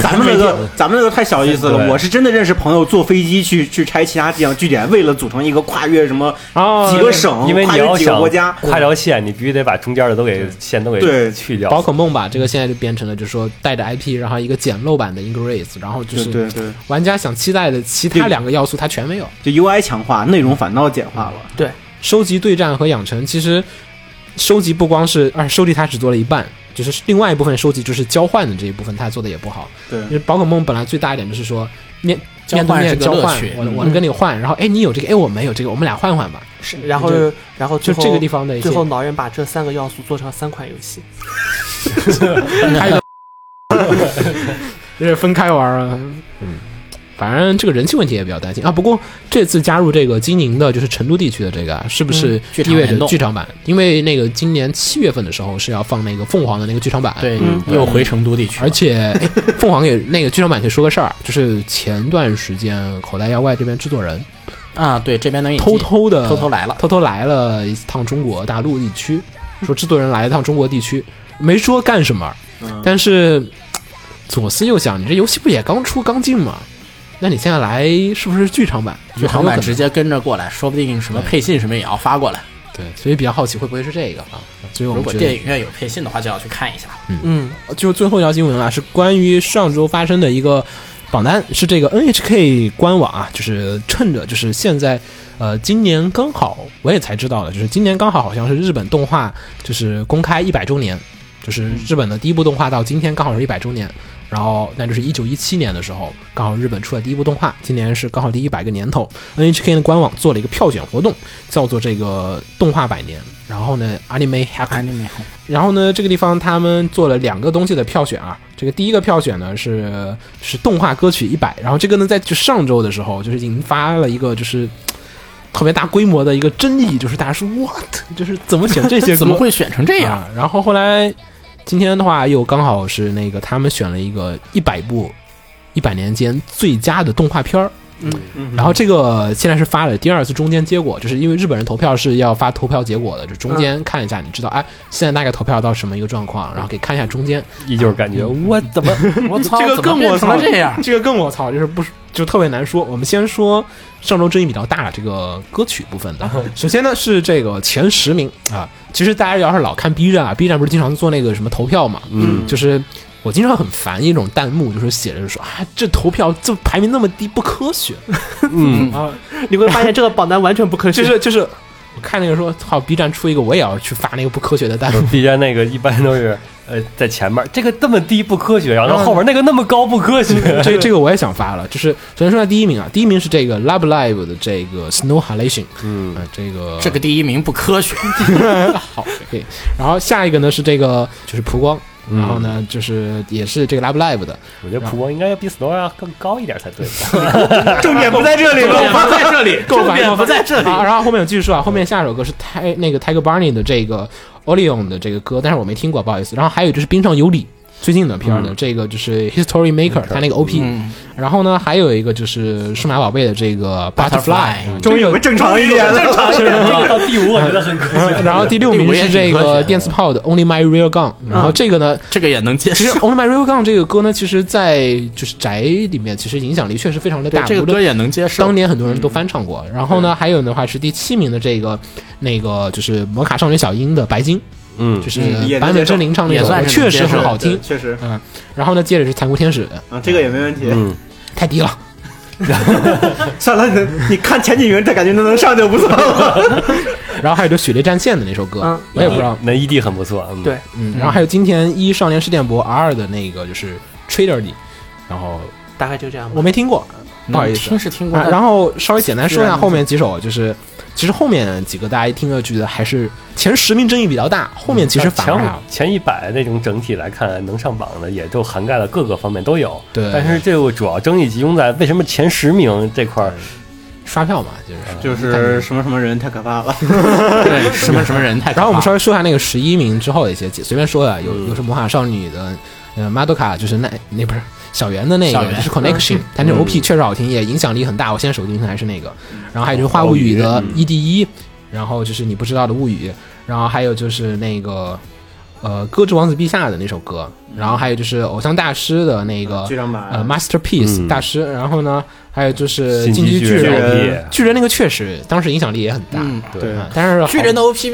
咱们那个咱们那个太小意思了。对我是真的认识朋友坐飞机去去拆其他地方据点，为了组成一个跨越什么哦几个省，因为跨你越要几个想国家。跨条线，你必须得把中间的都给线都给对去掉。宝可梦吧，这个现在就变成了，就是说带着 IP，然后一个简陋版的 Ingrace，然后就对是对对，玩家想期待的其他两个要素它全没有。就 UI 强化，内容反倒简化了。收集对战和养成，其实收集不光是，而收集它只做了一半，就是另外一部分收集就是交换的这一部分，它做的也不好。对因为宝可梦本来最大一点就是说面交面对换是面个交乐换趣，我我能跟你换，然后哎你有这个，哎我没有这个，我们俩换换吧。是，然后就然后就最后这个地方的一些最后老人把这三个要素做成了三款游戏，就是分开玩儿啊。嗯，反正这个人气问题也比较担心啊。不过这次加入这个金宁的，就是成都地区的这个啊，是不是嗯剧场意味联着动剧场版？因为那个今年七月份的时候是要放那个凤凰的那个剧场版。。对嗯，又回成都地区了，而且，哎凤凰也那个剧场版可以说个事儿，就是前段时间口袋妖怪这边制作人啊，对这边能引进偷偷的偷偷来了，偷偷来了一趟中国大陆地区，说制作人来一趟中国地区，没说干什么，嗯，但是左思右想，你这游戏不也刚出刚进吗？那你现在来是不是剧场版？剧场有版可直能接跟着过来，说不定什么配信什么也要发过来。对，所以比较好奇会不会是这个啊？所以我如们果觉电得影院有配信的话，就要去看一下。嗯，就最后一条新闻啊，是关于上周发生的一个榜单，是这个 NHK 官网啊，就是趁着就是现在。呃，今年刚好我也才知道的，就是今年刚好好像是日本动画就是公开一百周年，就是日本的第一部动画到今天刚好是一百周年，然后那就是一九一七年的时候，刚好日本出了第一部动画，今年是刚好第一百个年头，NHK 的官网做了一个票选活动，叫做这个动画百年，然后呢，Anime Hack 安利美红，然后呢，这个地方他们做了两个东西的票选啊。这个第一个票选呢是是动画歌曲一百，然后这个呢在就上周的时候就是引发了一个就是嘖特别大规模的一个争议，就是大家说 what，就是怎么选这些歌哎 怎么会选成这这样？样？然后后来今天的话又刚好是那个他们选了一个一百部一百年间最佳的动画片儿。嗯然后这个现在是发了第二次中间结果，就是因为日本人投票是要发投票结果的，就中间看一下，你知道，哎，现在大概投票到什么一个状况，然后给看一下中间。依旧感觉我怎么我操，啊这个哦怎么更变我成操了这样？这个更我操，就是不就特别难说。我们先说上周争议比较大这个歌曲部分的， 首先呢是这个前十名啊，其实大家要是老看 B 站啊，B 站不是经常做那个什么投票嘛，嗯就是我经常很烦一种弹幕，就是写着说啊，这投票这排名那么低，不科学。嗯 你会发现这个榜单完全不 科学，就是就是，我看那个说，好，B 站出一个，我也要去发那个不科学的弹幕。 B 站嗯那个一般都是呃在前面，这个这么低不科学，然后后面那个那么高不科学。 嗯这这个我也想发了，就是首先说下第一名啊，第一名是这个 Love Live 的这个 Snow Halation，嗯啊、这个这个第一名不科学， 好可以。然后下一个呢是这个就是蒲光，嗯然后呢就是也是这个 Love Live 的，我觉得普光应该要比 Snow 要更高一点才对。 重点不在这里了，不在这里，够烦不在这里。啊，然后后面我继续说啊，后面下一首歌是泰那个 Tiger Barney 的这个 Oleon 的这个歌，但是我没听过，不好意思。然后还有就是冰上有理最近的片儿的、这个就是 History Maker，他那个 OP，、嗯，然后呢还有一个就是数码宝贝的这个 Butterfly， Butterfly 嗯终于有。正常一点了。到第五我觉得很科学。嗯然后第六名是这个电磁炮的 Only My Real Gun，然嗯后这个 呢，这个也能接其受实。Only My Real Gun 这个歌呢，其实在就是宅里面其实影响力确实非常的对大，这个无论歌嗯也能接受。当年很多人都翻唱过。然后呢，还有的话是第七名的这个那个就是魔卡少女小樱的《白金》，嗯就是嗯也坂能接受本真绫唱的那也首算歌，是能确接实受很好听。确实然后呢，接着是残酷天使，啊，这个也没问题。嗯，太低了。算了，你你看前几名，他感觉能能上就不错了。然后还有就《血泪战线》的那首歌嗯，我也不知道。那 ED 很不错。嗯对嗯，然后还有今天一少年事件簿 R 的那个就是 Trader 里，然后大概就这样吧。我没听过。不好意思听是听过啊，，然后稍微简单说一自下然后面几首，就是其实后面几个大家一听就觉得还是前十名争议比较大，后面其实反而嗯还前好。前一百那种整体来看，能上榜的也就涵盖了各个方面都有。对但是这个主要争议集中在为什么前十名这块儿，刷票嘛，就是。就是什么什么人太可怕了，对什么什么人太可怕了。哎然后我们稍微说一下那个十一名之后的一些，随便说啊，有嗯有什么魔法少女的，呃，马多卡就是那那不是小圆的那小个，就圆嗯是 Connection，但这 OP 确实好听，也影响力很大。我现在手机平台是那个，嗯然后还有就是花物语的嗯 ED 一，然后就是你不知道的物语，然后还有就是那个。呃，歌之王子陛下的那首歌，嗯然后还有就是偶像大师的那个剧场呃版 masterpiece、嗯大师，然后呢，还有就是进进击击巨巨人人，人巨人那个确实当时影响力也很大，嗯，对啊但是巨人的 OP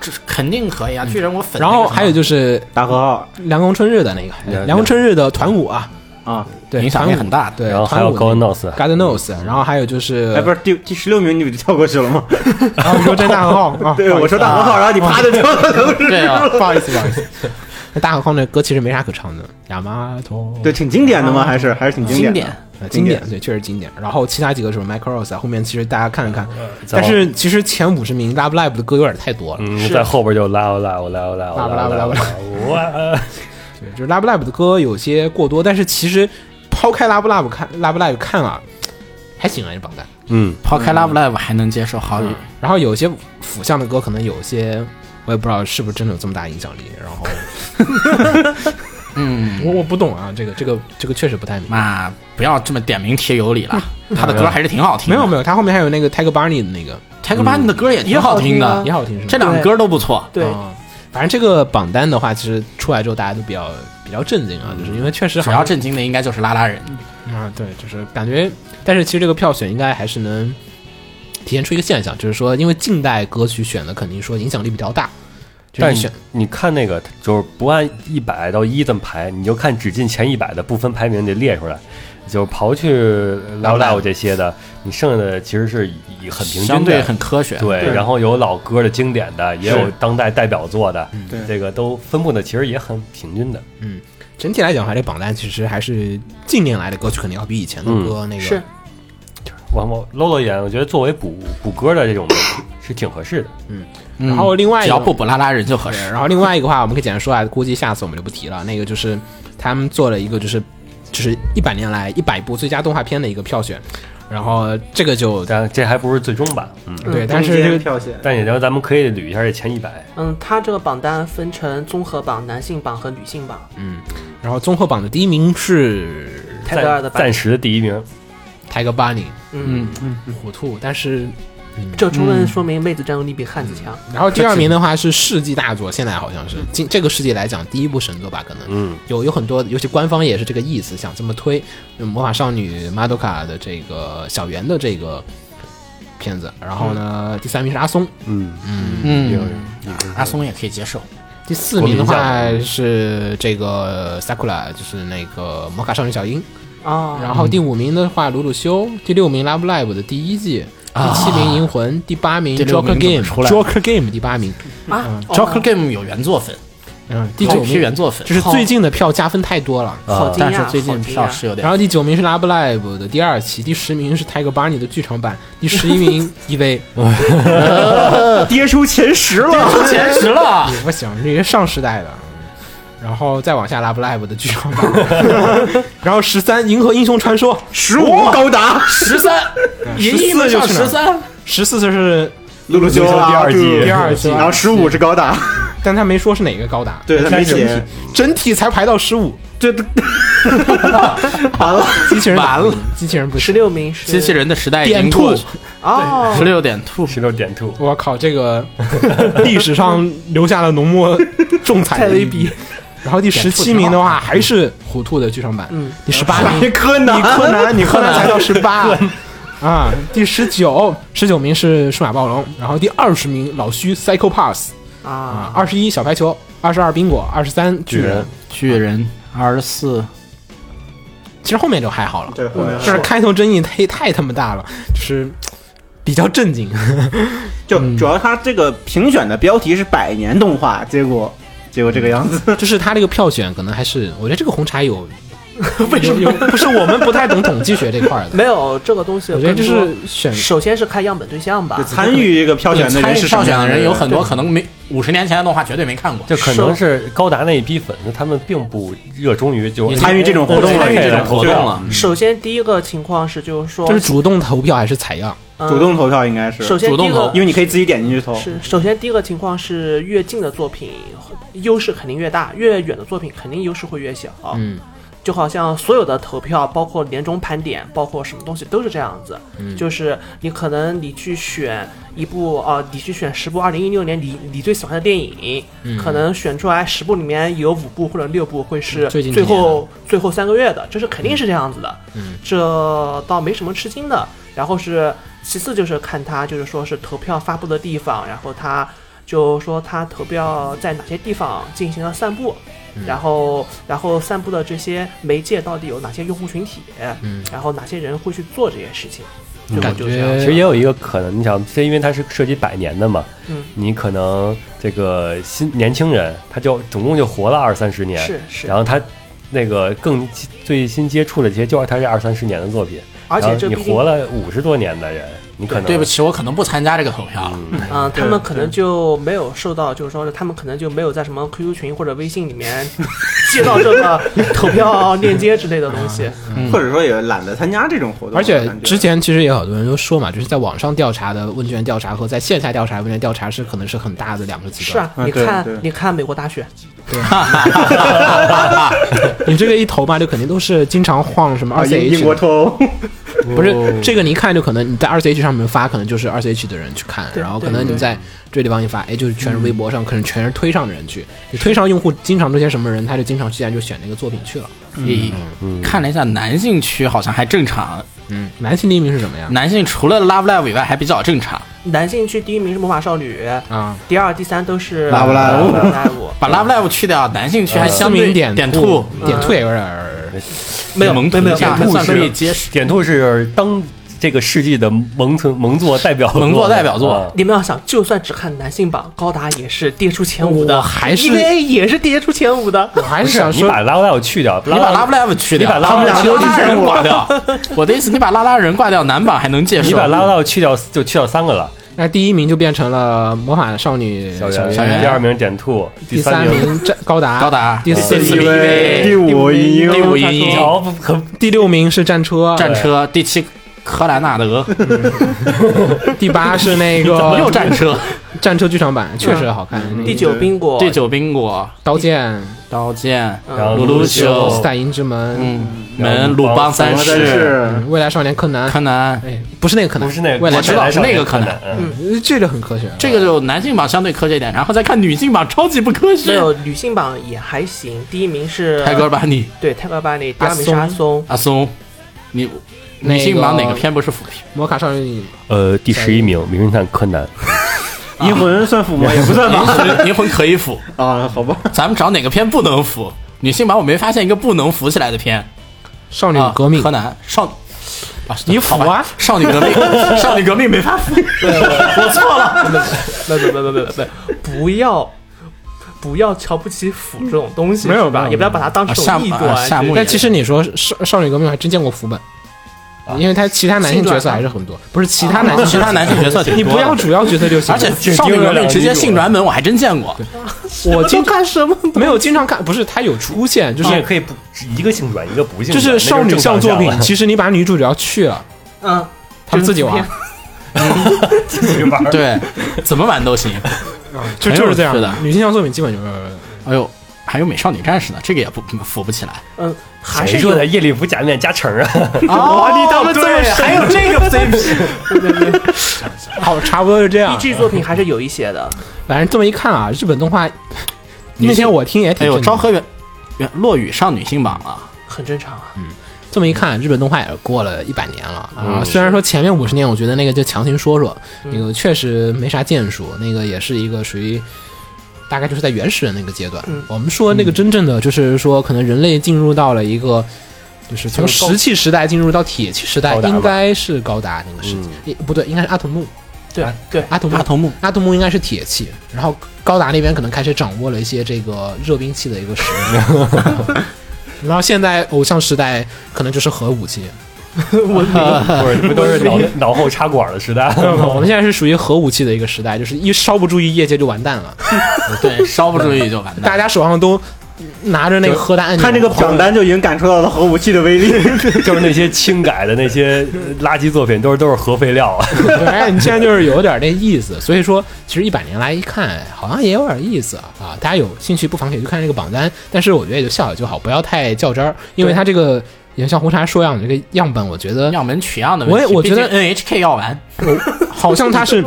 这是肯定可以啊，巨人我粉那个然什么。后还有就是大和号凉宫春日的那对个凉宫春日的团舞啊，啊，对，影响力团舞很大的对，然后还有 Go Nos， God Knows，然后还有就是，哎，不是第第十六名你不就跳过去了吗？啊，我说这大和 号啊，对，我说大和号，然后你啪就跳到头上，对啊， 不好意思，不好意思，那大和号那歌其实没啥可唱的，亚麻头，对，挺经典的嘛，还是还是挺经经典典的。呃，经典典，对，确实经典。然后其他几个什么 Micros 啊，后面其实大家看了看，在但后是其实前五十名 Love Live 的歌有点太多了，嗯，在后边就拉我拉我拉我拉我拉我不拉拉我不拉拉我，哇对，就是 Love Live 的歌有些过多，但是其实抛开 Love Live 看 Love Live 看啊，还行啊，这榜单。嗯，抛开 Love Live 还能接受，好雨然后有些腐向的歌，可能有些我也不知道是不是真的有这么大影响力。然后嗯，我我不懂啊，这个这个这个确实不太明白。那不要这么点名贴有理了，嗯他的歌还是挺好听没的。有没有，他后面还有那个 Tiger Barney 的那个 Tiger Bunny 的歌也挺好听也好的听，也好听，是啊吗？嗯这两个歌都不错。对，啊反正这个榜单的话，其实出来之后大家都比较比较震惊啊，就是因为确实主好要像震惊的应该就是拉拉人，啊，对，就是感觉，但是其实这个票选应该还是能体现出一个现象，就是说，因为近代歌曲选的肯定说影响力比较大， 就是但你是选你看那个，就是不按一百到一这么排，你就看只进前一百的不分排名得列出来，就是刨去拉布拉我这些的，你剩下的其实是以很平相均对的。很科学。对，对然后有老歌的经典的，也有当代代表作的，对这个都分布的其实也很平均的。整体来讲的话，这榜单其实还是近年来的歌曲肯定要比以前的嗯歌、那个是我我搂搂眼，我觉得作为补补歌的这种是挺合适的。嗯，然后另外一只个要不补拉拉人就合对，适。然后另外一个话，我们可以简单说啊，估计下次我们就不提了。那个就是他们做了一个就是就是一百年来一百部最佳动画片的一个票选，然后这个就但这还不是最终版，嗯，对，但中是这间个票选，但也就咱们可以捋一下这前一百。嗯，它这个榜单分成综合榜、男性榜和女性榜。然后综合榜的第一名是泰戈尔的暂版，暂时的第一名， Tiger Bunny 嗯，嗯，虎兔，但是这充分说明妹子战斗力比汉子强。然后第二名的话是世纪大作，现在好像是今这个世纪来讲第一部神作吧，可能嗯，有有很多，尤其官方也是这个意思，想这么推《魔法少女马多卡》的这个小圆的这个片子。然后呢，第三名是阿松，嗯，阿松也可以接受。第四名的国话民是这个 Sakura，就是那个魔法少女小樱。啊哦，然后第五名的话，鲁鲁修；第六名 Love Live 的第一季。第七名《银魂》，第八名啊第六 Joker 名怎么 Game，出来 Joker Game 第八名，啊 Joker Game 有原作粉，嗯，第九批名原作粉就，是最近的票加分太多了，好惊但讶，是好最近惊票讶是有点然后第九名是 Love Live 的第二期，第十名是 Tiger Bunny 的剧场版，第十一名，E EV。呃跌出前十了，前十了。也不行，这些上时代的。啊然后再往下 Love Live 的剧场版，然后十三《银河英雄传说》， 十五高达，十三，银翼门上十三，十四就是，露露修啊第二季第二季然后十五是高达，但他没说是哪个高达，对他 没整写体，整体才排到十五，这完了，机器人完了，机器人不十行，六名是机器人的时代已点经兔过，哦，十六点兔，十六点 two，我靠，这个 历史上留下了浓墨重彩的一笔。然后第十七名的话还是虎兔的剧场版，嗯第十八名你柯南，柯南，你柯南才到十八 啊！第十九，十九名是数码暴龙，然后第二十名老虚 Psycho Pass 啊，啊，二十一小排球，二十二冰果，二十三巨人。巨人二十四，其实后面就还好了，对后面还好就是开头争议太太他妈大了，就是比较震 惊。就主要他这个评选的标题是百年动画，结果结果这个样子， 就是他这个票选可能还是，我觉得这个红茶有为什么有不是我们不太懂统计学这块 儿的？没有这个东西我更觉多？得就是选首先是看样本对象吧就，参与这个票选的人是什上么选样的人有很多对可能没五十年前的动画绝对没看过，就可能是高达那一批粉丝，他们并不热衷于就参与这种活动了，参与这种活动了，首先第一个情况是就是说这是主动投票还是采样？嗯主动投票应该是，首先主第动一个投因为你可以自己点进去投。是，首先第一个情况是越近的作品优势肯定越大，越远的作品肯定优势会越小。嗯，就好像所有的投票，包括年终盘点，包括什么东西都是这样子，嗯就是你可能你去选一部啊、你去选十部二零一六年你你最喜欢的电影，嗯嗯可能选出来十部里面有五部或者六部会嗯是最近最几年后最后三个月的，这是肯定是这样子的，嗯这倒没什么吃惊的。然后是其次就是看他就是说是投票发布的地方，然后他就说他投票在哪些地方进行了散布，嗯然后然后散布的这些媒介到底有哪些用户群体，嗯然后哪些人会去做这些事情，嗯最后感就这样。其觉实也有一个可能，你想，是因为它是涉及百年的嘛，嗯你可能这个新年轻人，他就总共就活了二三十年，是是然，后他那个更最新接触的这些，就是他这二三十年的作品，而且然后这你毕活竟，了五十多年的人，你可能对不起，我啊可能不参加这个投票了。嗯，嗯，他对们可能就没有受到，就是说他们可能就没有在什么 QQ 群或者微信里面接到这个投票链接之类的东西。嗯或者说也懒得参加这种活动，而且感觉之前其实也有很多人都说嘛，就是在网上调查的问卷调查和在线下调查的问卷调查是可能是很大的两个极是端。啊，嗯你对看对，你看美国大选，你这个一投嘛，就肯定都是经常晃什么啊，英英 RCH 国的。脱欧，不是这个，你一看就可能你在 RCH 上面发，可能就是 RCH 的人去看，对然后对嗯可能你在这地方一发，哎，就是全是微博上，可能全是推上的人去，你推上用户经常这些什么人，他就经常去然就选那个作品去了。你看了一下男性区，好像还正常。嗯，男性第一名是什么呀？男性除了 Love Live 以外，还比较正常。男性区第一名是魔法少女，啊，第二、第三都是拉布拉拉多布拉多把 Love Live 去掉，男性区还相四对名点点兔兔，点兔也有点儿没有萌没图有没有像还没有算没可有以接受。点兔是当这个世纪的萌存萌作代表，萌作代表作啊你们要想，就算只看男性榜，高达也是跌出前五的，我还是 EVA 也是跌出前五的。我还不是是想你说，把拉布拉我去掉，你把 Love Live 去掉，你把 Love 他们 Live 把去掉拉拉人挂掉。我的意思，你把拉拉人挂掉，男版还能接 受。你把拉布拉我去掉就去掉三个了，那第一名就变成了魔法少女小圆，小圆圆第二名点兔，第三三名战高达，高达第四第四名名第五英英第五第音一条不可第六名是战车，战车，第七柯兰纳德，第八是那又个战车，战车剧场版，确实好看。那个第九宾果，第九冰果，刀剑、刀剑，然后鲁鲁修斯坦因之门、嗯，门鲁邦什三么真世，是未来少年柯南，柯南，哎，不是那个柯南，不是那个，未来我知道是那个柯南嗯，嗯这个很科学。这个就男性榜相对科学一点，然后再看女性榜超级不科没学。有女性榜也还行，第一名是泰戈尔巴尼对泰戈班里，第二名是阿阿松，阿松，你那个女性榜哪个片不是腐片？魔卡少女呃，第十一名《名侦探柯南》，银魂算腐吗？也不算银吧。魂银魂可以腐， 啊，好吧，咱们找哪个片不能腐？女性榜我没发现一个不能腐起来的片。少女啊，嗯革命柯，南少。啊你腐啊！好吧少女 革命，少女革命没法腐，我错了。没没没没没没，不要不要瞧不起腐这种东西，没有是没吧？有也不要把它当成啊夏异啊端。夏目就是也但其实你说少少女革命，我还真见过副本，因为他其他男性角色还是很多，不是其他男性，啊其他男性角色挺你多不要的，主要角色就行而了。啊且少女革命直接性转门我还真见过，我经看什么？没有经常看，不是他有出现，就你也哦是可以不一个性转一个不性转，就是少女向作品，其实你把女主角去了，嗯，他们自己玩， 对，对，怎么玩都 行。就就是这样很有趣的女性向作品基本就是哎呦，还有美少女战士呢，这个也不腐不起来。嗯，还谁是说有的夜里不假面加成啊？哦，你倒对还有这个 CP，好，哦差不多就这样。 BG 作品还是有一些的。反正这么一看啊，日本动画你那是天我听也哎挺呦，震惊昭的。和原原落雨上女性榜了，很正常啊，这么一看，日本动画也过了一百年了啊。虽然说前面五十年，我觉得那个就强行说说，那个确实没啥建树，那个也是一个属于。大概就是在原始人那个阶段，嗯我们说那个真正的就是说，可能人类进入到了一个，就是从就是高石器时代进入到铁器时代，高达吧嗯应该是高达那个时期，也不对，应该是阿童木，啊对对，阿童木大头目阿童木应该是铁器，然 后高达那边可能开始掌握了一些这个热兵器的一个使用。然后现在偶像时代可能就是核武器， 不是，你们都是脑脑后插管的时代。我们现在是属于核武器的一个时代，就是一稍不注意，业界就完蛋 了。对，稍不注意就完蛋。大家手上都拿着那个核 弹按钮，看这个表单就已经感受到了核武器的威力。 就是那些轻改的那些垃圾作品，都是都是核废料。对，哎，你现在就是有点那意思，所以说，其实一百年来一看，好像也有点意思啊。大家有兴趣不妨可以去看这个榜单，但是我觉得也就笑笑就好，不要太较真儿，因为它这个也像红茶说一样，这个样本，我觉得样本取样的问我题，也我觉得毕竟 NHK 要完，好像它 是，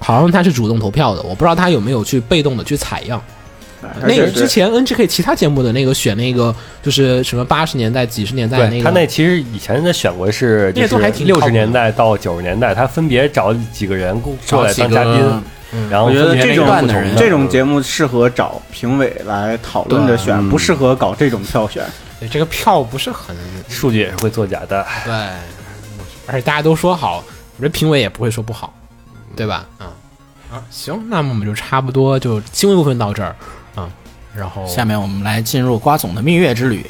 好像它是主动投票的，我不知道它有没有去被动的去采样。那个之前 NGK 其他节目的那个选那个就是什么八十年代、几十年代那对个，他那其实以前的选过是，就那都还是挺靠六谱十的年代到九十年代，他分别找几个人过过来当嘉宾，然后我觉得分别那这种个段的人这种节目适合找评委来讨论着选，对不适合搞这种票选。对这个票不是很数据也是会作假的。对，而且大家都说好，我这评委也不会说不好，对吧？啊、啊，行，那么我们就差不多就新闻部分到这儿啊，然后下面我们来进入瓜总的蜜月之旅。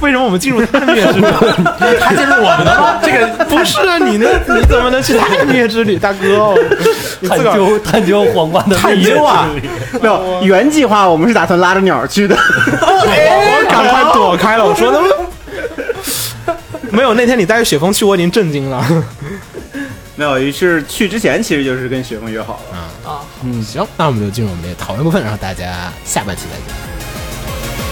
为什么我们进入他灭之旅？ 他进入我们的吗？ 这个不是啊，你那你怎么能去他灭之旅，大哥、你探究探究皇冠的探 究啊魅力没有原计划，我们是打算拉着鸟儿去的。我赶快躲开了，我说他们。 没有，那天你带着雪峰去，我已经震惊了。没有，于是去之前其实就是跟雪峰约好了。嗯，行，那我们就进入我们的讨论部分，然后大家下半期再见。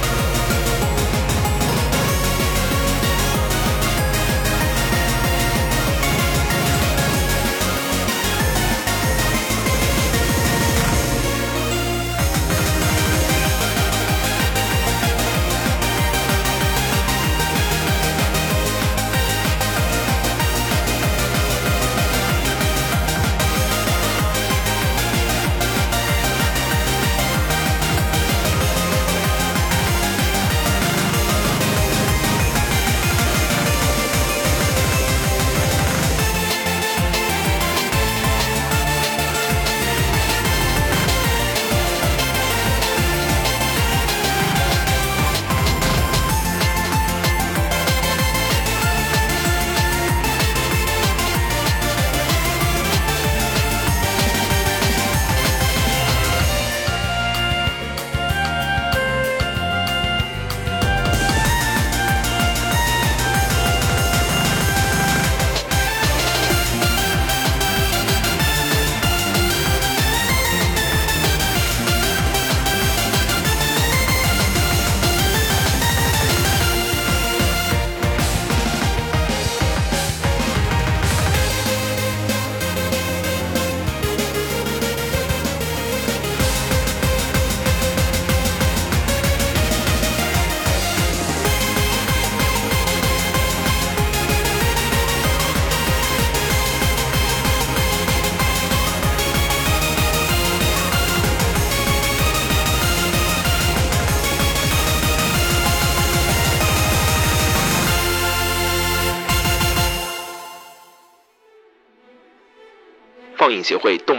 放映协会动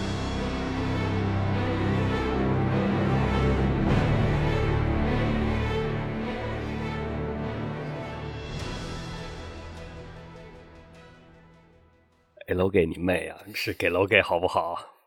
给楼给你妹啊！是给楼给好不好？